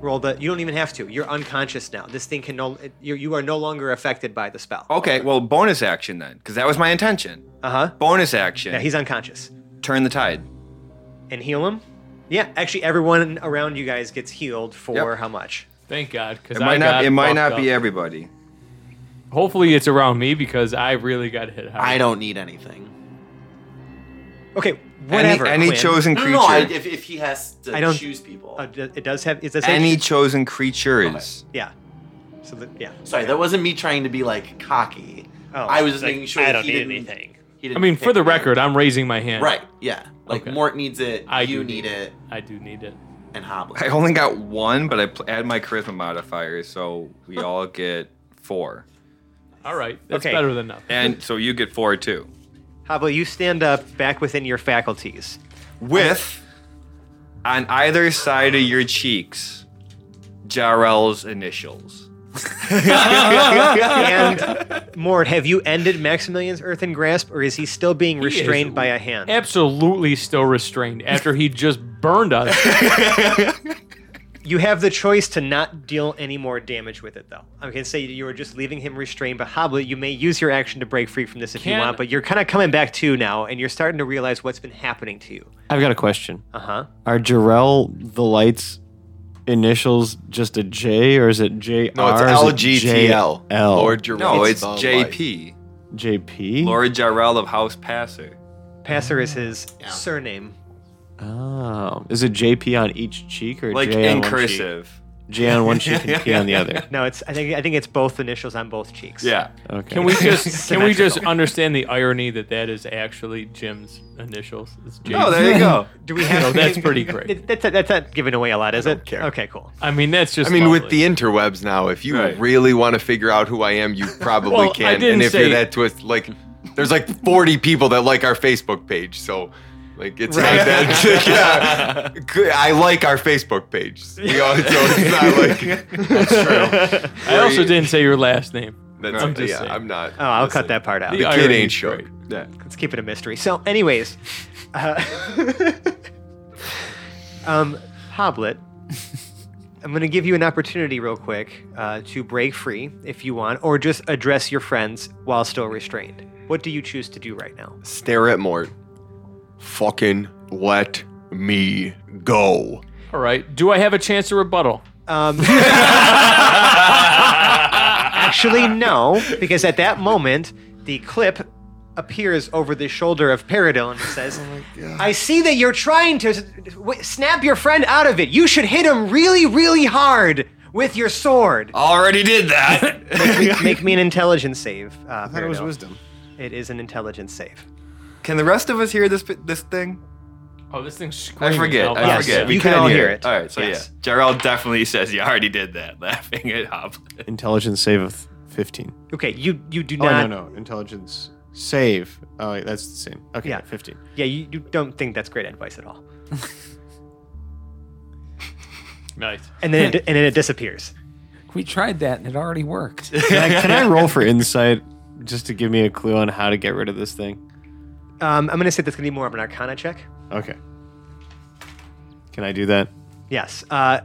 Speaker 3: roll the? You don't even have to. You're unconscious now. This thing can no. You're, you are no longer affected by the spell.
Speaker 8: Okay, well, bonus action then, because that was my intention.
Speaker 3: Uh huh.
Speaker 8: Bonus action.
Speaker 3: Yeah, he's unconscious.
Speaker 8: turn the tide.
Speaker 3: And heal him. Yeah, actually, everyone around you guys gets healed for
Speaker 8: Yep.
Speaker 3: how much?
Speaker 6: Thank God. Cause
Speaker 8: It
Speaker 6: I
Speaker 8: might not.
Speaker 6: got
Speaker 8: It might
Speaker 6: fucked
Speaker 8: not
Speaker 6: up.
Speaker 8: be everybody.
Speaker 6: Hopefully it's around me because I really got hit hard.
Speaker 4: I don't need anything.
Speaker 3: Okay, whatever.
Speaker 8: any, any
Speaker 3: Quinn.
Speaker 8: chosen
Speaker 4: No,
Speaker 8: creature.
Speaker 4: no, no, I, if, if he has to
Speaker 3: I don't-
Speaker 4: choose people.
Speaker 3: Uh, d- it does have. It does have-
Speaker 8: any chosen creature is.
Speaker 3: Yeah. So the, yeah.
Speaker 4: Sorry, that wasn't me trying to be like cocky.
Speaker 3: Oh,
Speaker 4: I was just
Speaker 3: like,
Speaker 4: making sure
Speaker 3: I don't
Speaker 4: he
Speaker 3: need
Speaker 4: didn't,
Speaker 3: anything.
Speaker 4: he didn't
Speaker 6: I mean, for
Speaker 4: pick
Speaker 6: the
Speaker 4: me.
Speaker 6: record, I'm raising my hand.
Speaker 4: Right, yeah. Like
Speaker 6: Okay.
Speaker 4: Mort needs it,
Speaker 6: I
Speaker 4: you
Speaker 6: do
Speaker 4: need it,
Speaker 6: I do need it.
Speaker 4: and Hoblet.
Speaker 8: I only got one, but I pl- add my charisma modifier, so we all get four.
Speaker 6: All right. That's
Speaker 3: Okay.
Speaker 6: better than nothing.
Speaker 8: And so you get four too.
Speaker 3: Hobble, you stand up back within your faculties.
Speaker 8: With on either side of your cheeks, Jarrell's initials.
Speaker 3: and Mort, have you ended Maximilian's earthen grasp, or is he still being
Speaker 6: is-
Speaker 3: restrained by a hand?
Speaker 6: Absolutely still restrained after he just burned us.
Speaker 3: you have the choice to not deal any more damage with it, though. I can say you are just leaving him restrained, but Hobble, you may use your action to break free from this if you
Speaker 6: Can-
Speaker 3: want, but you're kind of coming back to now, and you're starting to realize what's been happening to you.
Speaker 5: I've got a question.
Speaker 3: Uh
Speaker 4: Uh-huh.
Speaker 3: huh.
Speaker 5: Are Jarrell the lights initials just a J or is it J?
Speaker 2: No, it's LGTL.
Speaker 5: L.
Speaker 2: Lord Jarrell.
Speaker 8: No, it's
Speaker 2: the light.
Speaker 8: JP,
Speaker 5: JP.
Speaker 8: Lord Jarrell of House Passer.
Speaker 3: Passer is his surname.
Speaker 5: Oh, is it JP on each cheek or
Speaker 8: Like
Speaker 5: J on
Speaker 8: in
Speaker 5: one cheek?
Speaker 8: cursive.
Speaker 5: J on one cheek and P on the other.
Speaker 3: No, it's I think I think it's both initials on both cheeks.
Speaker 8: Yeah.
Speaker 5: Okay.
Speaker 6: Can we just can we just understand the irony that that is actually Jim's initials? It's Jim.
Speaker 8: Oh, there you go.
Speaker 3: Do we have?
Speaker 6: So that's pretty great.
Speaker 3: That- That's that's not giving away a lot, is it?
Speaker 2: care.
Speaker 3: Okay, cool. Oh,
Speaker 6: I mean, that's just.
Speaker 2: I mean, with
Speaker 6: lovely.
Speaker 2: the interwebs now, if you
Speaker 8: Right.
Speaker 2: really want to figure out who I am, you probably
Speaker 6: Well, I
Speaker 2: can.
Speaker 6: didn't
Speaker 2: and if
Speaker 6: say-
Speaker 2: you're that twist, like, there's like 40 people that like our Facebook page, so. Like it's
Speaker 3: Right.
Speaker 2: not that. yeah, Good- I like our Facebook page. You know, so it's not like that's true.
Speaker 6: I also didn't say your last name.
Speaker 2: That's,
Speaker 6: I'm just
Speaker 2: yeah,
Speaker 6: saying. Uh,
Speaker 2: I'm not.
Speaker 3: Oh, I'll cut that part out.
Speaker 2: The kid
Speaker 6: irony
Speaker 2: ain't
Speaker 6: is
Speaker 2: shook.
Speaker 6: great.
Speaker 2: Yeah.
Speaker 3: Let's keep it a mystery. So, anyways, uh, um, Hoblet, I'm going to give you an opportunity, real quick, uh, to break free if you want, or just address your friends while still restrained. What do you choose to do right now?
Speaker 2: Stare at Mort. Fucking let me go.
Speaker 6: All right. Do I have a chance to rebuttal?
Speaker 3: Um, actually, no, because at that moment, the clip appears over the shoulder of Peridil and
Speaker 7: Oh
Speaker 3: says, I see that you're trying to s- w- snap your friend out of it. You should hit him really, really hard with your sword.
Speaker 8: Already did that.
Speaker 3: Make me an intelligence save. Uh,
Speaker 7: I thought it was
Speaker 3: Peridil.
Speaker 7: wisdom.
Speaker 3: It is an intelligence save.
Speaker 8: Can the rest of us hear this this thing?
Speaker 6: Oh, this thing's
Speaker 8: I
Speaker 6: screaming.
Speaker 8: forget. I
Speaker 3: Yes,
Speaker 8: forget.
Speaker 3: you can all hear it.
Speaker 8: All right, so
Speaker 3: Yes.
Speaker 8: yeah, Gerald definitely says he already did that, laughing at Hoblet.
Speaker 5: Intelligence save of 15.
Speaker 3: Okay, you you do
Speaker 5: Oh,
Speaker 3: not.
Speaker 5: no, no. Intelligence save. Oh, that's the same. Okay,
Speaker 3: Yeah.
Speaker 5: 15.
Speaker 3: Yeah, you, you don't think that's great advice at all.
Speaker 6: Nice.
Speaker 3: And then it, and then it disappears.
Speaker 1: We tried that and it already worked.
Speaker 5: Can I, can I roll for insight just to give me a clue on how to get rid of this thing?
Speaker 3: Um, I'm going to say that's going to be more of an Arcana check.
Speaker 5: Okay. Can I do that?
Speaker 3: Yes. Uh,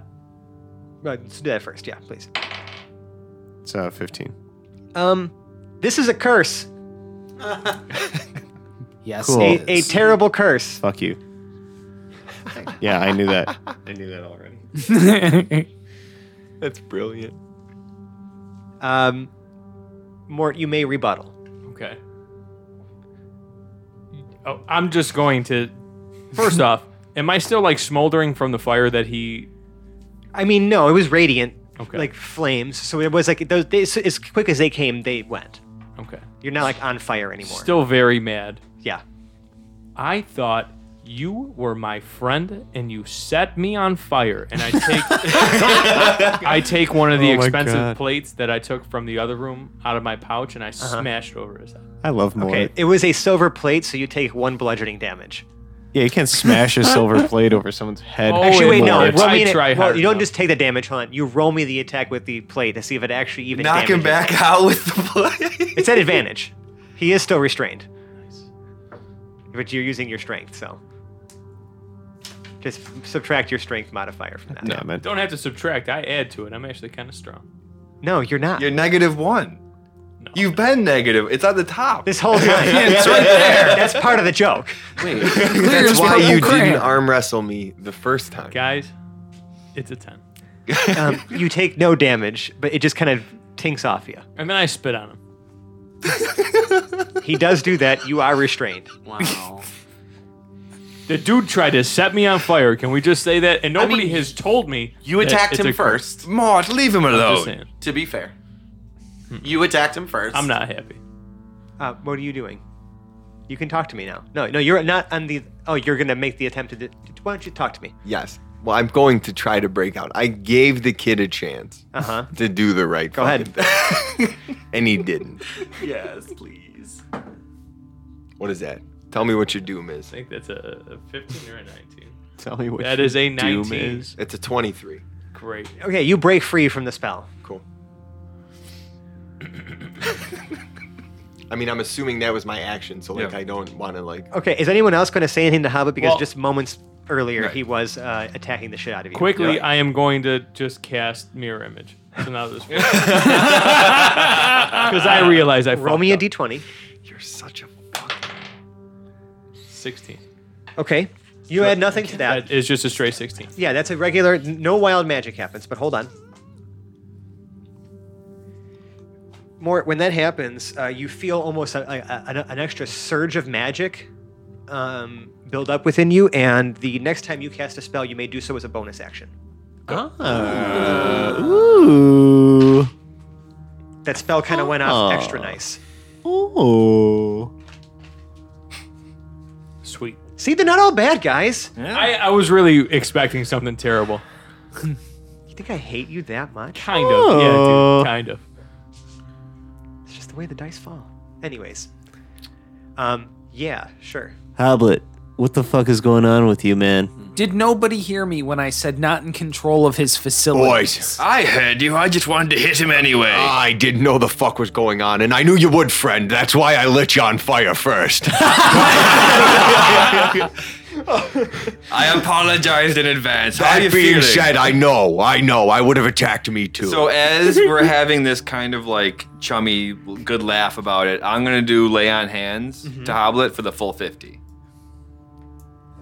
Speaker 3: right, let's do that first. Yeah, please.
Speaker 5: It's uh, 15.
Speaker 3: Um, this is a curse.
Speaker 9: Yes.
Speaker 5: Cool.
Speaker 9: it
Speaker 3: A
Speaker 9: is.
Speaker 3: terrible curse.
Speaker 5: Fuck you. yeah, I knew that. I knew that already.
Speaker 2: That's brilliant.
Speaker 3: Um, Mort, you may rebuttal.
Speaker 6: Okay. Oh, I'm just going to. First off, am I still like smoldering from the fire that he?
Speaker 3: I mean, no, it was radiant,
Speaker 6: Okay.
Speaker 3: like flames. So it was like those. They, so as quick as they came, they went.
Speaker 6: Okay.
Speaker 3: You're not like on fire anymore.
Speaker 6: Still very mad.
Speaker 3: yeah.
Speaker 6: I thought you were my friend and you set me on fire and I take I take one of the
Speaker 5: Oh my
Speaker 6: expensive
Speaker 5: God.
Speaker 6: plates that I took from the other room out of my pouch and I
Speaker 5: Uh-huh.
Speaker 6: smash it over his head.
Speaker 5: I love more.
Speaker 3: Okay. It was a silver plate, so you take one bludgeoning damage.
Speaker 5: Yeah, you can't smash a silver plate over someone's head.
Speaker 6: Oh,
Speaker 3: Actually, wait,
Speaker 6: it
Speaker 3: no.
Speaker 6: Lord.
Speaker 3: Roll me
Speaker 6: I
Speaker 3: an-
Speaker 6: try
Speaker 3: well,
Speaker 6: hard
Speaker 3: you don't
Speaker 6: enough.
Speaker 3: just take the damage. Hold on. You roll me the attack with the plate to see if it actually even
Speaker 8: Knock him
Speaker 3: damages.
Speaker 8: back out with the play.
Speaker 3: It's at advantage. He is still restrained. But you're using your strength, so just subtract your strength modifier from that.
Speaker 5: No, man.
Speaker 6: Don't have to subtract, I add to it. I'm actually kind of strong.
Speaker 3: No, you're not.
Speaker 8: You're negative one.
Speaker 6: No.
Speaker 8: You've been negative. It's on the top.
Speaker 3: this whole time.
Speaker 8: It's right there.
Speaker 3: That's part of the joke.
Speaker 2: That's
Speaker 1: as
Speaker 2: why
Speaker 1: purple
Speaker 2: you
Speaker 1: crayon.
Speaker 2: didn't arm wrestle me the first time.
Speaker 6: Guys, it's a 10.
Speaker 3: Um, you take no damage, but it just kind of tinks off you.
Speaker 6: And then I spit on him.
Speaker 3: He does do that. You are restrained.
Speaker 4: Wow.
Speaker 6: The dude tried to set me on fire. Can we just say that? And nobody
Speaker 4: mean,
Speaker 6: has told me.
Speaker 4: You
Speaker 6: that
Speaker 4: attacked
Speaker 6: it's
Speaker 4: him
Speaker 6: a curse.
Speaker 4: first.
Speaker 8: Mort, leave him
Speaker 6: Just
Speaker 8: alone.
Speaker 6: saying.
Speaker 4: To be fair, you attacked him first.
Speaker 6: I'm not happy.
Speaker 3: Uh, what are you doing? You can talk to me now. No, no, you're not on the. Oh, you're gonna make the attempt to. do- Why don't you talk to me?
Speaker 2: Yes. Well, I'm going to try to break out. I gave the kid a chance
Speaker 3: Uh huh.
Speaker 2: to do the right
Speaker 3: Go ahead.
Speaker 2: thing. and he didn't.
Speaker 4: Yes, please.
Speaker 2: What is that? Tell me what your doom
Speaker 6: I
Speaker 2: is.
Speaker 6: think that's a 15 or a 19.
Speaker 5: Tell me what
Speaker 6: That
Speaker 5: your
Speaker 6: is a
Speaker 5: doom
Speaker 6: 19.
Speaker 5: is.
Speaker 2: It's a 23.
Speaker 6: Great.
Speaker 3: Okay, you break free from the spell.
Speaker 2: Cool. I mean, I'm assuming that was my action, so like
Speaker 8: Yeah.
Speaker 2: I don't want to like.
Speaker 3: Okay, is anyone else going to say anything to Hobbit? Because
Speaker 6: Well-
Speaker 3: just moments earlier,
Speaker 8: Right.
Speaker 3: he was uh, attacking the shit out of you.
Speaker 6: Quickly, I am going to just cast mirror image. So now this because I realize I
Speaker 3: Roll
Speaker 6: fucked
Speaker 3: me a
Speaker 6: up.
Speaker 3: d20.
Speaker 2: You're such a fuck.
Speaker 6: sixteen.
Speaker 3: Okay. You add nothing to that.
Speaker 6: That is just a straight sixteen.
Speaker 3: Yeah, that's a regular. No wild magic happens, but hold on. Mort, when that happens, uh, you feel almost a, a, a- an extra surge of magic um, build up within you, and the next time you cast a spell, you may do so as a bonus action.
Speaker 5: Uh, ooh.
Speaker 3: That spell kind of went off
Speaker 5: Ah.
Speaker 3: extra nice.
Speaker 5: Ooh.
Speaker 6: Sweet.
Speaker 3: See, they're not all bad, guys.
Speaker 6: I, I was really expecting something terrible.
Speaker 3: You think I hate you that much?
Speaker 6: Kind of. Yeah,
Speaker 5: Oh.
Speaker 6: dude. Kind of.
Speaker 3: It's just the way the dice fall. Anyways, um, yeah, sure.
Speaker 7: Hoblet, what the fuck is going on with you, man?
Speaker 1: Did nobody hear me when I said not in control of his facilities?
Speaker 9: Uh,
Speaker 8: I heard you. I just wanted to hit him anyway.
Speaker 2: I didn't know the fuck was going on, and I knew you would, friend. That's why I lit you on fire first.
Speaker 8: I apologized in advance. How you
Speaker 2: That being
Speaker 8: feeling?
Speaker 2: said, I know, I know, I would have attacked me too.
Speaker 8: So as we're having this kind of like chummy, good laugh about it, I'm gonna do lay on hands to Hoblet for the full fifty.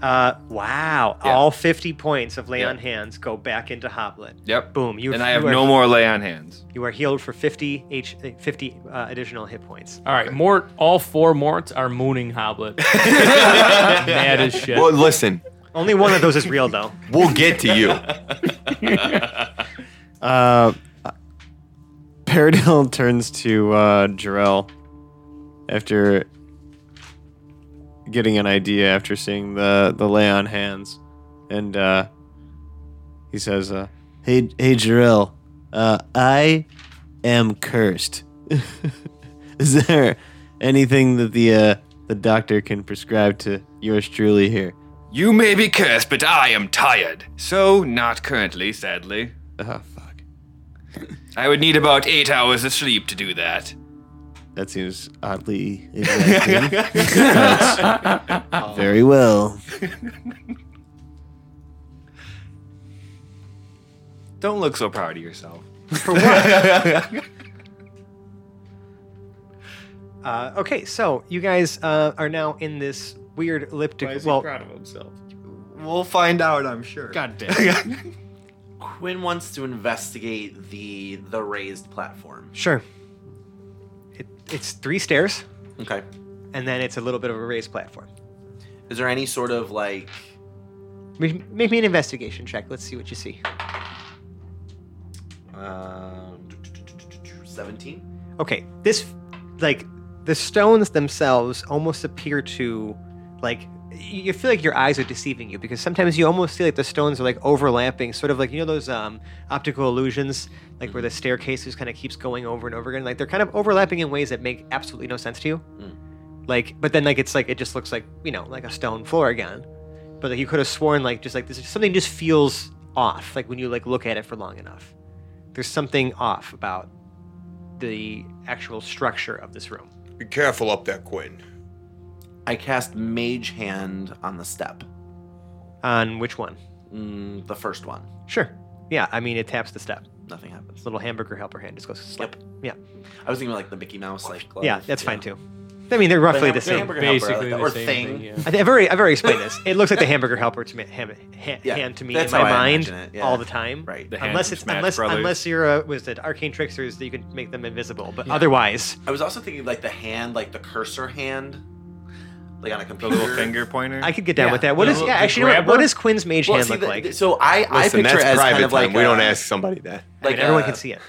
Speaker 3: Uh, wow.
Speaker 8: Yeah.
Speaker 3: All 50 points of lay
Speaker 8: Yeah.
Speaker 3: on hands go back into Hoblet.
Speaker 8: Yep.
Speaker 3: Boom. You
Speaker 8: and
Speaker 3: you
Speaker 8: I have
Speaker 3: are,
Speaker 8: no more lay on hands.
Speaker 3: You are healed for 50 H, 50 uh, additional hit points.
Speaker 6: All right, Mort. All four Morts are mooning Hoblet. Mad as shit.
Speaker 2: well, listen,
Speaker 3: Only one of those is real, though.
Speaker 2: we'll get to you.
Speaker 5: Uh, Paradil turns to uh, Jarrell after getting an idea after seeing the, the lay on hands. And uh, he says, uh, Hey, hey Jarrell, uh, I am cursed. Is there anything that the, uh, the doctor can prescribe to yours truly here?
Speaker 8: You may be cursed, but I am tired. So not currently, sadly.
Speaker 5: Oh, fuck.
Speaker 8: I would need about eight hours of sleep to do that.
Speaker 5: That seems oddly exacting. But very well.
Speaker 8: Don't look so proud of yourself.
Speaker 3: Uh, okay, so you guys uh, are now in this weird elliptic. Well,
Speaker 6: of himself?
Speaker 8: We'll find out, I'm sure.
Speaker 4: God damn. Quinn wants to investigate the the raised platform.
Speaker 3: sure. It, it's three stairs,
Speaker 4: Okay.
Speaker 3: and then it's a little bit of a raised platform.
Speaker 4: Is there any sort of like
Speaker 3: Ma- Make me an investigation check. Let's see what you see.
Speaker 4: um, 17?
Speaker 3: Okay, this, like, the stones themselves almost appear to, like, y- you feel like your eyes are deceiving you because sometimes you almost feel like the stones are like overlapping, sort of like you know those um, optical illusions, like where the staircase just kind of keeps going over and over again. Like they're kind of overlapping in ways that make absolutely no sense to you.
Speaker 4: Mm.
Speaker 3: Like, but then like it's like it just looks like you know like a stone floor again. But like you could have sworn like just like this something just feels off. Like when you like look at it for long enough, there's something off about the actual structure of this room.
Speaker 2: Be careful up there, Quinn.
Speaker 4: I cast Mage Hand on the step.
Speaker 3: On which one?
Speaker 4: Mm, the first one.
Speaker 3: Sure. Yeah, I mean it taps the step.
Speaker 4: Nothing happens.
Speaker 3: Little hamburger helper hand just goes slip. Yeah,
Speaker 4: I was thinking like the Mickey Mouse like glove.
Speaker 3: yeah, that's fine too. I mean they're roughly the,
Speaker 4: ham-
Speaker 3: same.
Speaker 4: hamburger helper,
Speaker 6: Basically
Speaker 4: like,
Speaker 6: the
Speaker 4: or
Speaker 6: same
Speaker 4: thing.
Speaker 6: thing. yeah.
Speaker 3: I think- I've already I've already explained this. It looks like the hamburger helper to me, ham, ha,
Speaker 4: Yeah,
Speaker 3: hand to me in
Speaker 4: that's
Speaker 3: my
Speaker 4: how I
Speaker 3: mind
Speaker 4: imagine it, yeah.
Speaker 3: all the time.
Speaker 4: Right.
Speaker 8: The hand
Speaker 3: Unless
Speaker 8: from
Speaker 3: it's
Speaker 8: Smash
Speaker 3: unless
Speaker 8: Brothers.
Speaker 3: unless you're a was it arcane tricksters that you can make them invisible, but otherwise
Speaker 4: I was also thinking like the hand, like the cursor hand, like on a
Speaker 8: the
Speaker 4: computer.
Speaker 8: little finger pointer.
Speaker 3: I could get down
Speaker 4: Yeah.
Speaker 3: with that. What
Speaker 6: The
Speaker 3: is
Speaker 6: little-
Speaker 3: yeah?
Speaker 6: the
Speaker 3: Actually, you know what? what
Speaker 6: grabber?
Speaker 3: does Quinn's mage
Speaker 4: Well,
Speaker 3: hand
Speaker 4: see,
Speaker 3: look
Speaker 4: the-
Speaker 3: like?
Speaker 4: the- so I, I
Speaker 2: Listen,
Speaker 4: picture
Speaker 2: that's
Speaker 4: it as
Speaker 2: private
Speaker 4: kind of
Speaker 2: time.
Speaker 4: like
Speaker 2: we don't
Speaker 4: a-
Speaker 2: ask somebody that.
Speaker 3: I mean,
Speaker 4: like uh,
Speaker 3: everyone
Speaker 4: a-
Speaker 3: can see it.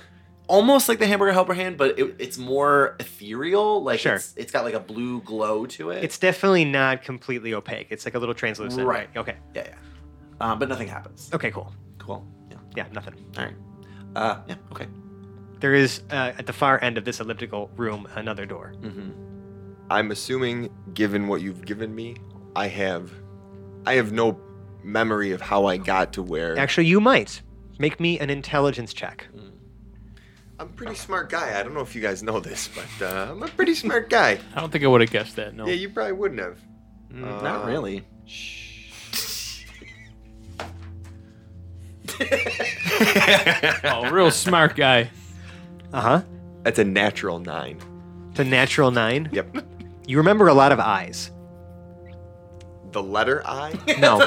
Speaker 4: almost like the hamburger helper hand, but it, it's more ethereal. Like
Speaker 3: Sure.
Speaker 4: it's, it's got like a blue glow to it.
Speaker 3: It's definitely not completely opaque. It's like a little translucent.
Speaker 4: Right.
Speaker 3: Okay.
Speaker 4: yeah, yeah. Um, but nothing happens.
Speaker 3: Okay. Cool.
Speaker 4: Cool. Yeah.
Speaker 3: Yeah. Nothing.
Speaker 4: All right. Uh, yeah. Okay.
Speaker 3: There is uh, at the far end of this elliptical room another door.
Speaker 4: Mm-hmm.
Speaker 2: I'm assuming, given what you've given me, I have, I have no memory of how I got to where.
Speaker 3: Actually, you might make me an intelligence check.
Speaker 2: I'm a pretty smart guy. I don't know if you guys know this, but uh, I'm a pretty smart guy.
Speaker 6: I don't think I would have guessed that. No.
Speaker 2: Yeah, you probably wouldn't have.
Speaker 4: Not
Speaker 2: Uh,
Speaker 4: really.
Speaker 6: Oh, real smart guy.
Speaker 3: Uh huh.
Speaker 2: That's a natural nine.
Speaker 3: To natural nine.
Speaker 2: Yep.
Speaker 3: You remember a lot of eyes.
Speaker 2: The letter I.
Speaker 3: No.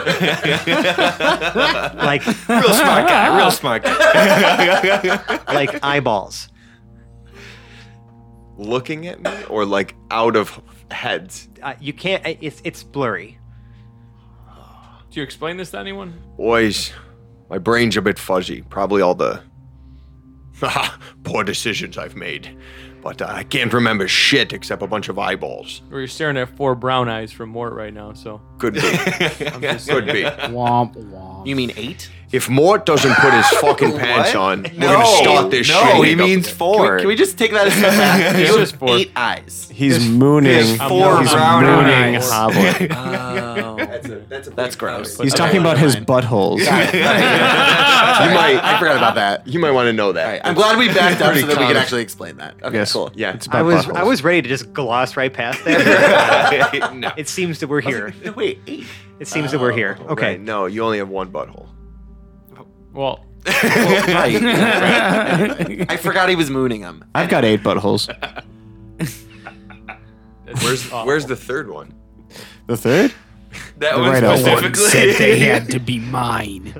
Speaker 3: like
Speaker 8: real smart guy. Real smart guy.
Speaker 3: like eyeballs.
Speaker 2: looking at me or like out of heads?
Speaker 3: Uh, you can't. uh, It's it's blurry.
Speaker 6: Do you explain this to anyone?
Speaker 2: Boys, my brain's a bit fuzzy. Probably all the poor decisions I've made. But uh, I can't remember shit except a bunch of eyeballs.
Speaker 6: Or you're staring at four brown eyes from Mort right now. So
Speaker 2: Could be. Could be.
Speaker 9: Womp womp.
Speaker 4: You mean eight?
Speaker 2: If Mort doesn't put his fucking pants on, we're gonna start this
Speaker 8: no,
Speaker 2: shit.
Speaker 8: he
Speaker 2: up
Speaker 8: means
Speaker 2: again.
Speaker 4: Can
Speaker 8: four.
Speaker 4: we, can we just take that a step back?
Speaker 6: It's
Speaker 4: You
Speaker 6: just
Speaker 4: have
Speaker 6: four.
Speaker 4: Eight eyes.
Speaker 5: He's mooning.
Speaker 6: I'm
Speaker 8: four
Speaker 5: he's
Speaker 8: brown
Speaker 5: mooning
Speaker 8: eyes.
Speaker 5: Hoblet.
Speaker 4: Oh.
Speaker 2: That's, a, that's, a
Speaker 4: That's
Speaker 2: big problem.
Speaker 4: gross.
Speaker 5: He's
Speaker 6: Okay,
Speaker 5: talking about
Speaker 4: never
Speaker 5: his
Speaker 4: mind.
Speaker 5: buttholes.
Speaker 4: sorry.
Speaker 2: might-
Speaker 4: I forgot about that.
Speaker 2: You might want to know that.
Speaker 4: All right, I'm glad we backed up so
Speaker 2: Pretty
Speaker 4: that we
Speaker 2: common.
Speaker 4: can actually explain that. Okay,
Speaker 5: Yes.
Speaker 4: cool.
Speaker 2: Yeah.
Speaker 5: It's about
Speaker 3: I was
Speaker 5: buttholes.
Speaker 3: I was ready to just gloss right past that.
Speaker 8: no.
Speaker 3: it seems that we're here.
Speaker 4: No, wait. eight.
Speaker 3: It seems that we're here.
Speaker 2: Oh,
Speaker 3: Okay.
Speaker 2: right. No, you only have one butthole.
Speaker 6: Well,
Speaker 4: Right. Right. I forgot he was mooning him.
Speaker 5: I've got eight buttholes.
Speaker 6: it's
Speaker 2: Where's
Speaker 6: awful.
Speaker 2: where's the third one?
Speaker 5: The third?
Speaker 8: That
Speaker 5: The
Speaker 8: one
Speaker 5: right-o one
Speaker 9: said they
Speaker 8: specifically.
Speaker 9: had to be mine.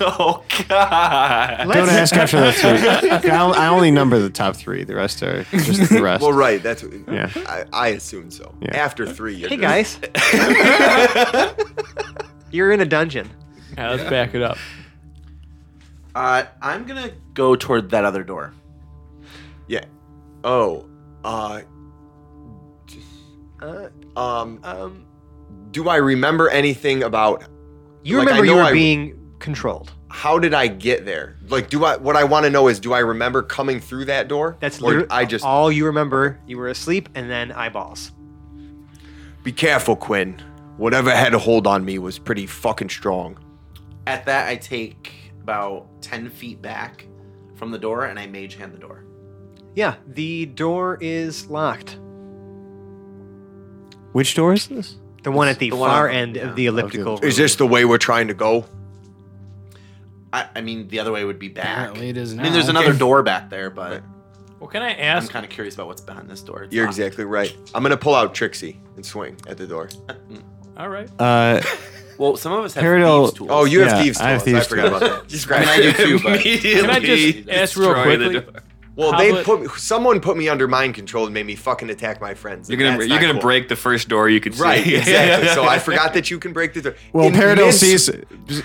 Speaker 8: oh God.
Speaker 5: Don't
Speaker 3: Let's-
Speaker 5: ask after the three. Okay, I'll- I only number the top three. The rest are just the rest.
Speaker 2: Well, right. That's
Speaker 5: Yeah.
Speaker 2: I, I assume so.
Speaker 5: Yeah.
Speaker 2: After three, you're
Speaker 3: Hey
Speaker 2: just-
Speaker 3: guys. You're in a dungeon.
Speaker 6: Yeah, let's back it up.
Speaker 4: Uh, I'm gonna go toward that other door.
Speaker 2: Yeah. Oh. Uh.
Speaker 3: Uh,
Speaker 2: Um.
Speaker 3: um,
Speaker 2: Do I remember anything about
Speaker 3: you
Speaker 2: Like, I
Speaker 3: remember you
Speaker 2: know
Speaker 3: were
Speaker 2: I-
Speaker 3: being controlled.
Speaker 2: how did I get there? Like, do I? What I want to know is, do I remember coming through that door?
Speaker 3: That's
Speaker 2: or
Speaker 3: literally
Speaker 2: I just
Speaker 3: all you remember. You were asleep and then eyeballs.
Speaker 2: be careful, Quinn. Whatever had a hold on me was pretty fucking strong.
Speaker 4: At that, I take about ten feet back from the door and I mage hand the door.
Speaker 3: Yeah, the door is locked.
Speaker 5: Which door is this?
Speaker 3: The one at the,
Speaker 4: The one
Speaker 3: far
Speaker 4: on-
Speaker 3: end
Speaker 4: yeah.
Speaker 3: of the elliptical.
Speaker 2: Is this the way we're trying to go?
Speaker 4: I, I mean, the other way would be back.
Speaker 9: Apparently it is
Speaker 4: I mean, there's
Speaker 9: now.
Speaker 4: another door back there, but
Speaker 6: Well, can I
Speaker 4: I'm
Speaker 6: ask?
Speaker 4: kind of curious about what's behind this door. It's
Speaker 2: You're
Speaker 5: Ah.
Speaker 4: locked.
Speaker 2: exactly right. I'm gonna pull out Trixie and swing at the door.
Speaker 6: All right.
Speaker 5: Uh,
Speaker 4: Well, some of us have
Speaker 5: Paradol-
Speaker 4: thieves' tools.
Speaker 2: Oh, you have
Speaker 5: Yeah,
Speaker 2: thieves.
Speaker 5: I have
Speaker 2: tools. I
Speaker 5: thieves
Speaker 2: forgot about that.
Speaker 4: just I mean, I do too, but
Speaker 6: Can I
Speaker 8: Immediately
Speaker 6: just ask real
Speaker 8: destroy the
Speaker 6: quickly?
Speaker 8: door.
Speaker 2: Well,
Speaker 6: How
Speaker 2: they
Speaker 6: about-
Speaker 2: put me, someone put me under mind control and made me fucking attack my friends.
Speaker 8: You're
Speaker 2: and
Speaker 8: gonna
Speaker 2: that's
Speaker 8: you're
Speaker 2: not
Speaker 8: gonna
Speaker 2: cool.
Speaker 8: break the first door you could see.
Speaker 2: Right, exactly. so I forgot that you can break the door.
Speaker 5: well,
Speaker 2: In
Speaker 5: Paradol
Speaker 2: mid-
Speaker 5: sees.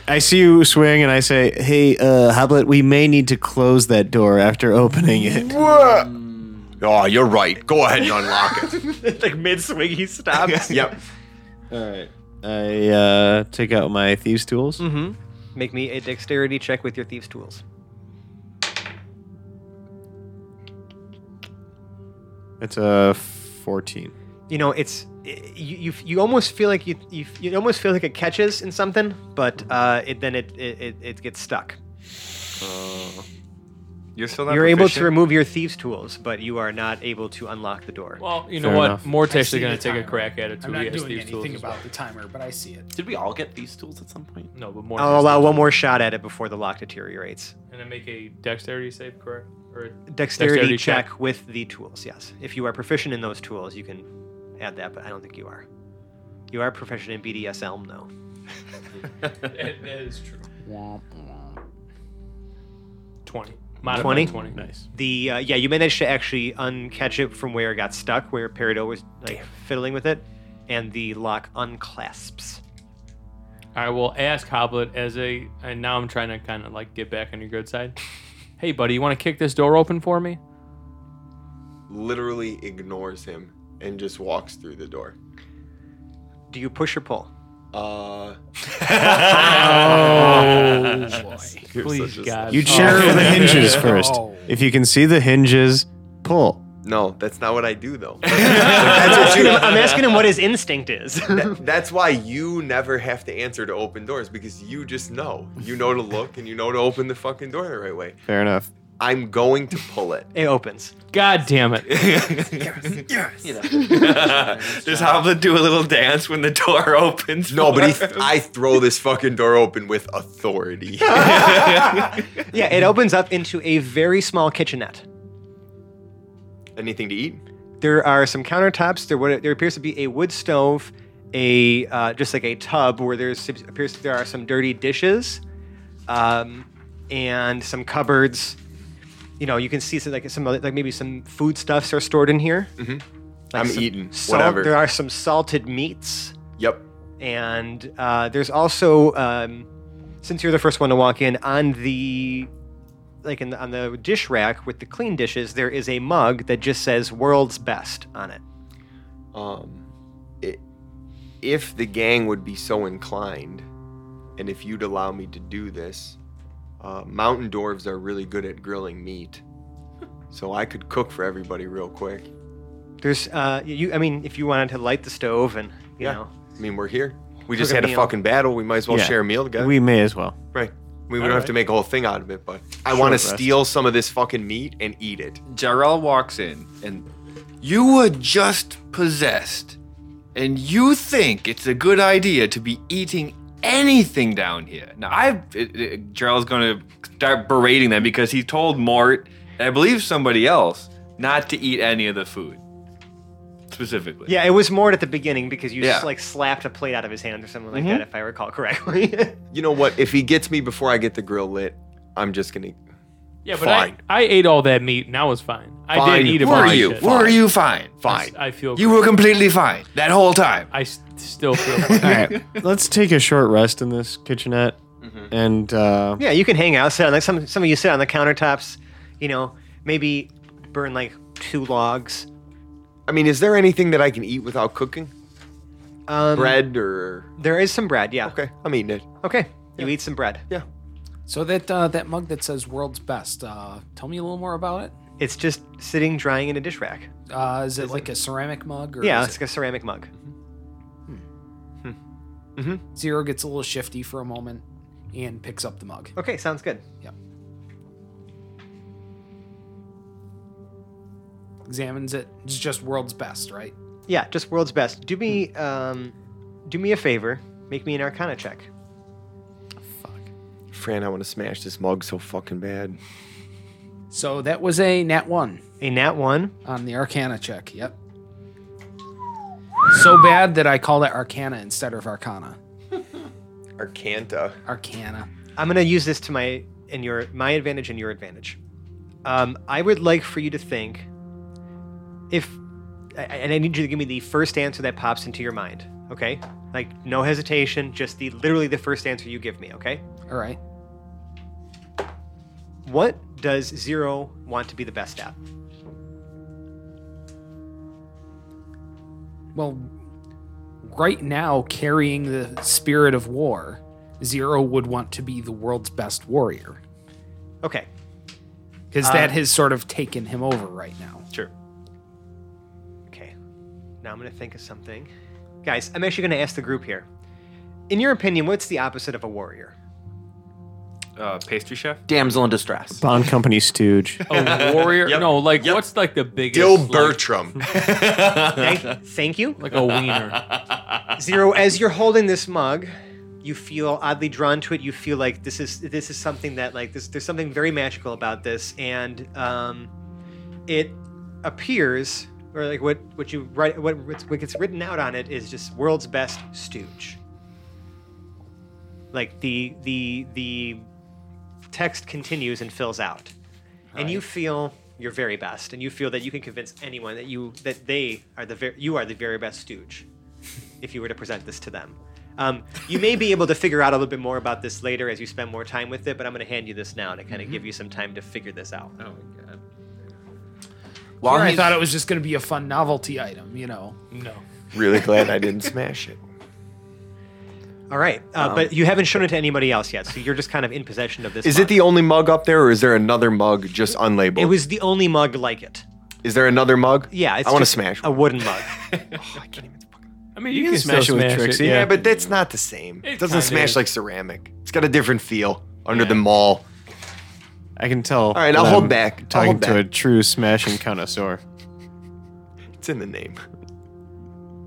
Speaker 5: I see you swing, and I say, "Hey, uh, Hoblet, we may need to close that door after opening it."
Speaker 2: Wha- Oh, you're right. Go ahead and unlock it.
Speaker 3: like mid swing, he stops.
Speaker 2: yep.
Speaker 5: All right. I uh, take out my thieves' tools.
Speaker 2: Mm.
Speaker 3: hmm Make me a dexterity check with your thieves' tools.
Speaker 5: It's a fourteen.
Speaker 3: You know, it's you. You, you almost feel like you, you. You almost feel like it catches in something, but uh, it then it it, it, it gets stuck.
Speaker 8: You're still not
Speaker 3: You're able to
Speaker 8: proficient?
Speaker 3: remove your thieves' tools, but you are not able to unlock the door.
Speaker 6: Well, you know
Speaker 5: Fair
Speaker 6: what?
Speaker 5: enough.
Speaker 9: I
Speaker 6: Mortesh is
Speaker 9: see
Speaker 6: going
Speaker 9: the
Speaker 6: to take a
Speaker 9: timer.
Speaker 6: crack at it too.
Speaker 9: I'm
Speaker 6: He
Speaker 9: not
Speaker 6: has
Speaker 9: doing
Speaker 6: thieves' tools
Speaker 9: anything
Speaker 6: as well.
Speaker 9: about the timer, but I see it.
Speaker 4: Did we all get these tools at some point?
Speaker 6: No, but Mortesh.
Speaker 3: I'll allow one more shot at it before the lock deteriorates.
Speaker 6: And then make a dexterity save, correct? Or a-
Speaker 3: Dexterity,
Speaker 6: Dexterity
Speaker 3: check.
Speaker 6: check.
Speaker 3: with the tools, yes. If you are proficient in those tools, you can add that, but I don't think you are. You are proficient in BDSM, though.
Speaker 6: that that is true. Twenty. Modified
Speaker 3: 20?
Speaker 6: Twenty. Nice.
Speaker 3: The uh, yeah, you managed to actually uncatch it from where it got stuck, where Peridot was like fiddling with it, and the lock unclasps.
Speaker 6: I will ask Hoblet as a, and now I'm trying to kind of like get back on your good side. Hey, buddy, you want to kick this door open for me?
Speaker 2: Literally ignores him and just walks through the door.
Speaker 3: Do you push or pull?
Speaker 2: Uh,
Speaker 9: Oh boy.
Speaker 2: you're
Speaker 6: Please,
Speaker 2: such a-
Speaker 6: God.
Speaker 5: You check for the hinges first.
Speaker 9: Oh.
Speaker 5: If you can see the hinges, pull.
Speaker 2: No, that's not what I do though.
Speaker 3: I'm, asking him, I'm asking him what his instinct is.
Speaker 2: That- that's why you never have to answer to open doors because you just know. You know to look and you know to open the fucking door the right way.
Speaker 5: Fair enough.
Speaker 2: I'm going to pull it.
Speaker 3: it opens.
Speaker 6: God damn it!
Speaker 8: Does Hoblet do a little dance when the door opens?
Speaker 2: No, but he
Speaker 8: for him?
Speaker 2: I throw this fucking door open with authority.
Speaker 3: Yeah, it opens up into a very small kitchenette.
Speaker 2: Anything to eat?
Speaker 3: There are some countertops. There, what, there appears to be a wood stove, a uh, just like a tub where there's appears there are some dirty dishes, um, and some cupboards. You know, you can see some, like some other- like maybe some foodstuffs are stored in here. Mm-hmm.
Speaker 2: I'm eating,
Speaker 3: Salt,
Speaker 2: whatever.
Speaker 3: There are some salted meats,
Speaker 2: Yep.
Speaker 3: and uh, there's also um, since you're the first one to walk in on the like in the, on the dish rack with the clean dishes, there is a mug that just says "World's Best" on it.
Speaker 2: Um, i if the gang would be so inclined, and if you'd allow me to do this, uh, mountain dwarves are really good at grilling meat, so I could cook for everybody real quick.
Speaker 3: There's, uh, you. I mean, if you wanted to light the stove and you
Speaker 2: Yeah.
Speaker 3: know,
Speaker 2: I mean, we're here. We
Speaker 3: Cook
Speaker 2: just
Speaker 3: a
Speaker 2: had a
Speaker 3: meal.
Speaker 2: fucking battle. We might as well
Speaker 5: Yeah.
Speaker 2: share a meal together.
Speaker 5: We may as well.
Speaker 2: right. We don't have to make a whole thing out of it, but I want to steal some of this fucking meat and eat it.
Speaker 8: Jarrell walks in and you were just possessed. And you think it's a good idea to be eating anything down here. Now, I it, it, Jarrell's going to start berating them because he told Mort, and I believe somebody else, not to eat any of the food. Specifically.
Speaker 3: Yeah, it was more at the beginning because you
Speaker 8: Yeah.
Speaker 3: just like slapped a plate out of his hand or something like that, if I recall correctly.
Speaker 2: You know what? If he gets me before I get the grill lit, I'm just gonna.
Speaker 6: Yeah, but
Speaker 2: Fine.
Speaker 6: I, I ate all that meat and I was fine. I
Speaker 2: Fine.
Speaker 6: did eat a
Speaker 2: Were
Speaker 6: bunch of
Speaker 8: Were you?
Speaker 6: shit.
Speaker 8: Were you fine? Fine.
Speaker 6: I feel.
Speaker 8: You were completely fine that whole time.
Speaker 6: I s- still feel. Fine.
Speaker 5: All right, let's take a short rest in this kitchenette,
Speaker 2: Mm-hmm.
Speaker 5: and uh,
Speaker 3: yeah, you can hang out, sit on like some some of you sit on the countertops, you know, maybe burn like two logs.
Speaker 2: I mean, is there anything that I can eat without cooking?
Speaker 3: Um,
Speaker 2: Bread or
Speaker 3: There is some bread, yeah.
Speaker 2: okay, I'm eating it.
Speaker 3: Okay. You eat some bread.
Speaker 1: So that uh, that mug that says "World's Best," uh, tell me a little more about it.
Speaker 3: It's just sitting drying in a dish rack.
Speaker 1: Uh, is it like a ceramic mug? Or
Speaker 3: Yeah,
Speaker 1: is
Speaker 3: it's like a ceramic mug.
Speaker 1: it- Zero gets a little shifty for a moment and picks up the mug.
Speaker 3: Okay, sounds good.
Speaker 1: Examines it. It's just "World's Best," right?
Speaker 3: Yeah, just world's best. Do me
Speaker 2: Hmm.
Speaker 3: um do me a favor, make me an arcana check.
Speaker 2: Fran, I want to smash this mug so fucking bad.
Speaker 1: So that was a nat one
Speaker 3: A nat 1.
Speaker 1: on the Arcana check. Yep. So bad that I called it Arcana instead of Arcana.
Speaker 2: Arcanta.
Speaker 1: Arcana.
Speaker 3: I'm going to use this to my and your my advantage and your advantage. Um, I would like for you to think if I- I- and I need you to give me the first answer that pops into your mind, okay? Like no hesitation, just the literally the first answer you give me, okay?
Speaker 1: All right.
Speaker 3: What does Zero want to be the best at?
Speaker 1: Well, right now, carrying the spirit of war, Zero would want to be the world's best warrior
Speaker 3: Okay.
Speaker 1: because that
Speaker 6: Uh,
Speaker 1: has sort of taken him over right now.
Speaker 3: Sure. Okay. Now I'm going to think of something. Guys, I'm actually going to ask the group here. In your opinion, what's the opposite of a warrior?
Speaker 8: Uh, pastry chef?
Speaker 4: Damsel in distress.
Speaker 5: Bond Company stooge.
Speaker 6: A warrior? No, like what's like the biggest?
Speaker 2: Gil
Speaker 6: like-
Speaker 2: Bertram.
Speaker 3: Thank, thank you.
Speaker 6: Like, a wiener.
Speaker 3: Zero, as you're holding this mug, you feel oddly drawn to it. You feel like this is this is something that like this there's something very magical about this, and um, it appears or like what what you write what what's- what gets written out on it is just world's best stooge. Like the the the text continues and fills out, and you feel your very best, and you feel that you can convince anyone that you that they are the ver- you are the very best stooge if you were to present this to them. Um, you may be able to figure out a little bit more about this later as you spend more time with it, but I'm going to hand you this now to kind of
Speaker 4: Mm-hmm.
Speaker 3: give you some time to figure this out.
Speaker 4: Oh. While
Speaker 1: I
Speaker 4: he's-
Speaker 1: thought it was just going to be a fun novelty item, you know.
Speaker 6: No.
Speaker 2: really glad I didn't smash it.
Speaker 3: All right, uh,
Speaker 2: Um,
Speaker 3: but you haven't shown it to anybody else yet, so you're just kind of in possession of this.
Speaker 2: Is
Speaker 3: mug.
Speaker 2: it the only mug up there, or is there another mug just unlabeled?
Speaker 3: It was the only mug like it.
Speaker 2: Is there another mug?
Speaker 3: Yeah, it's
Speaker 2: I want to
Speaker 3: just
Speaker 2: smash.
Speaker 3: a
Speaker 2: one.
Speaker 3: wooden mug.
Speaker 6: I mean, you, can, smash it with Trixie.
Speaker 2: yeah. but that's not the same.
Speaker 6: It
Speaker 2: It doesn't
Speaker 6: kinda
Speaker 2: smash
Speaker 6: is.
Speaker 2: like ceramic. It's got a different feel under the mall.
Speaker 5: I can tell. All
Speaker 2: right, I'll hold back. I'll
Speaker 5: Talking
Speaker 2: hold
Speaker 5: to
Speaker 2: back.
Speaker 5: a true smashing connoisseur.
Speaker 2: It's in the name.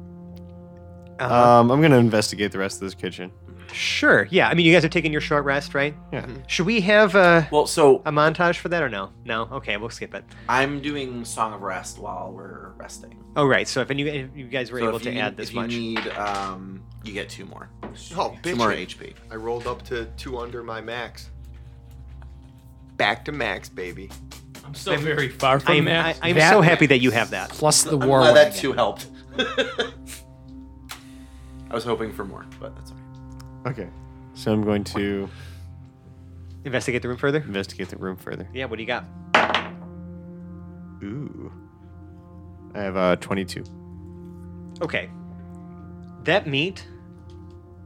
Speaker 2: Uh-huh.
Speaker 5: Um, I'm gonna investigate the rest of this kitchen.
Speaker 3: Sure. Yeah. I mean, you guys are taking your short rest, right?
Speaker 5: Yeah.
Speaker 2: Mm-hmm.
Speaker 3: Should we have a,
Speaker 4: well, so
Speaker 3: a montage for that or no? No. Okay, we'll skip it.
Speaker 4: I'm doing Song of Rest while we're resting.
Speaker 3: Oh, right. So if any, if you guys were
Speaker 4: So
Speaker 3: able
Speaker 4: if
Speaker 3: to
Speaker 4: you-
Speaker 3: add this
Speaker 4: if
Speaker 3: much,
Speaker 4: you need, um, you get two more.
Speaker 2: Oh,
Speaker 4: Two more HP.
Speaker 2: I rolled up to two under my max. Back to max, baby.
Speaker 6: I'm still very far from
Speaker 3: I'm, I,
Speaker 6: that.
Speaker 3: I'm so happy that you have that.
Speaker 1: Plus the
Speaker 4: I'm
Speaker 1: war.
Speaker 4: glad that
Speaker 1: wagon.
Speaker 4: two helped. I was hoping for more, but that's all right.
Speaker 5: Okay. So I'm going to
Speaker 3: Investigate the room further.
Speaker 5: investigate the room further.
Speaker 3: Yeah. What do you got?
Speaker 5: Ooh. I have uh 22.
Speaker 3: Okay. That meat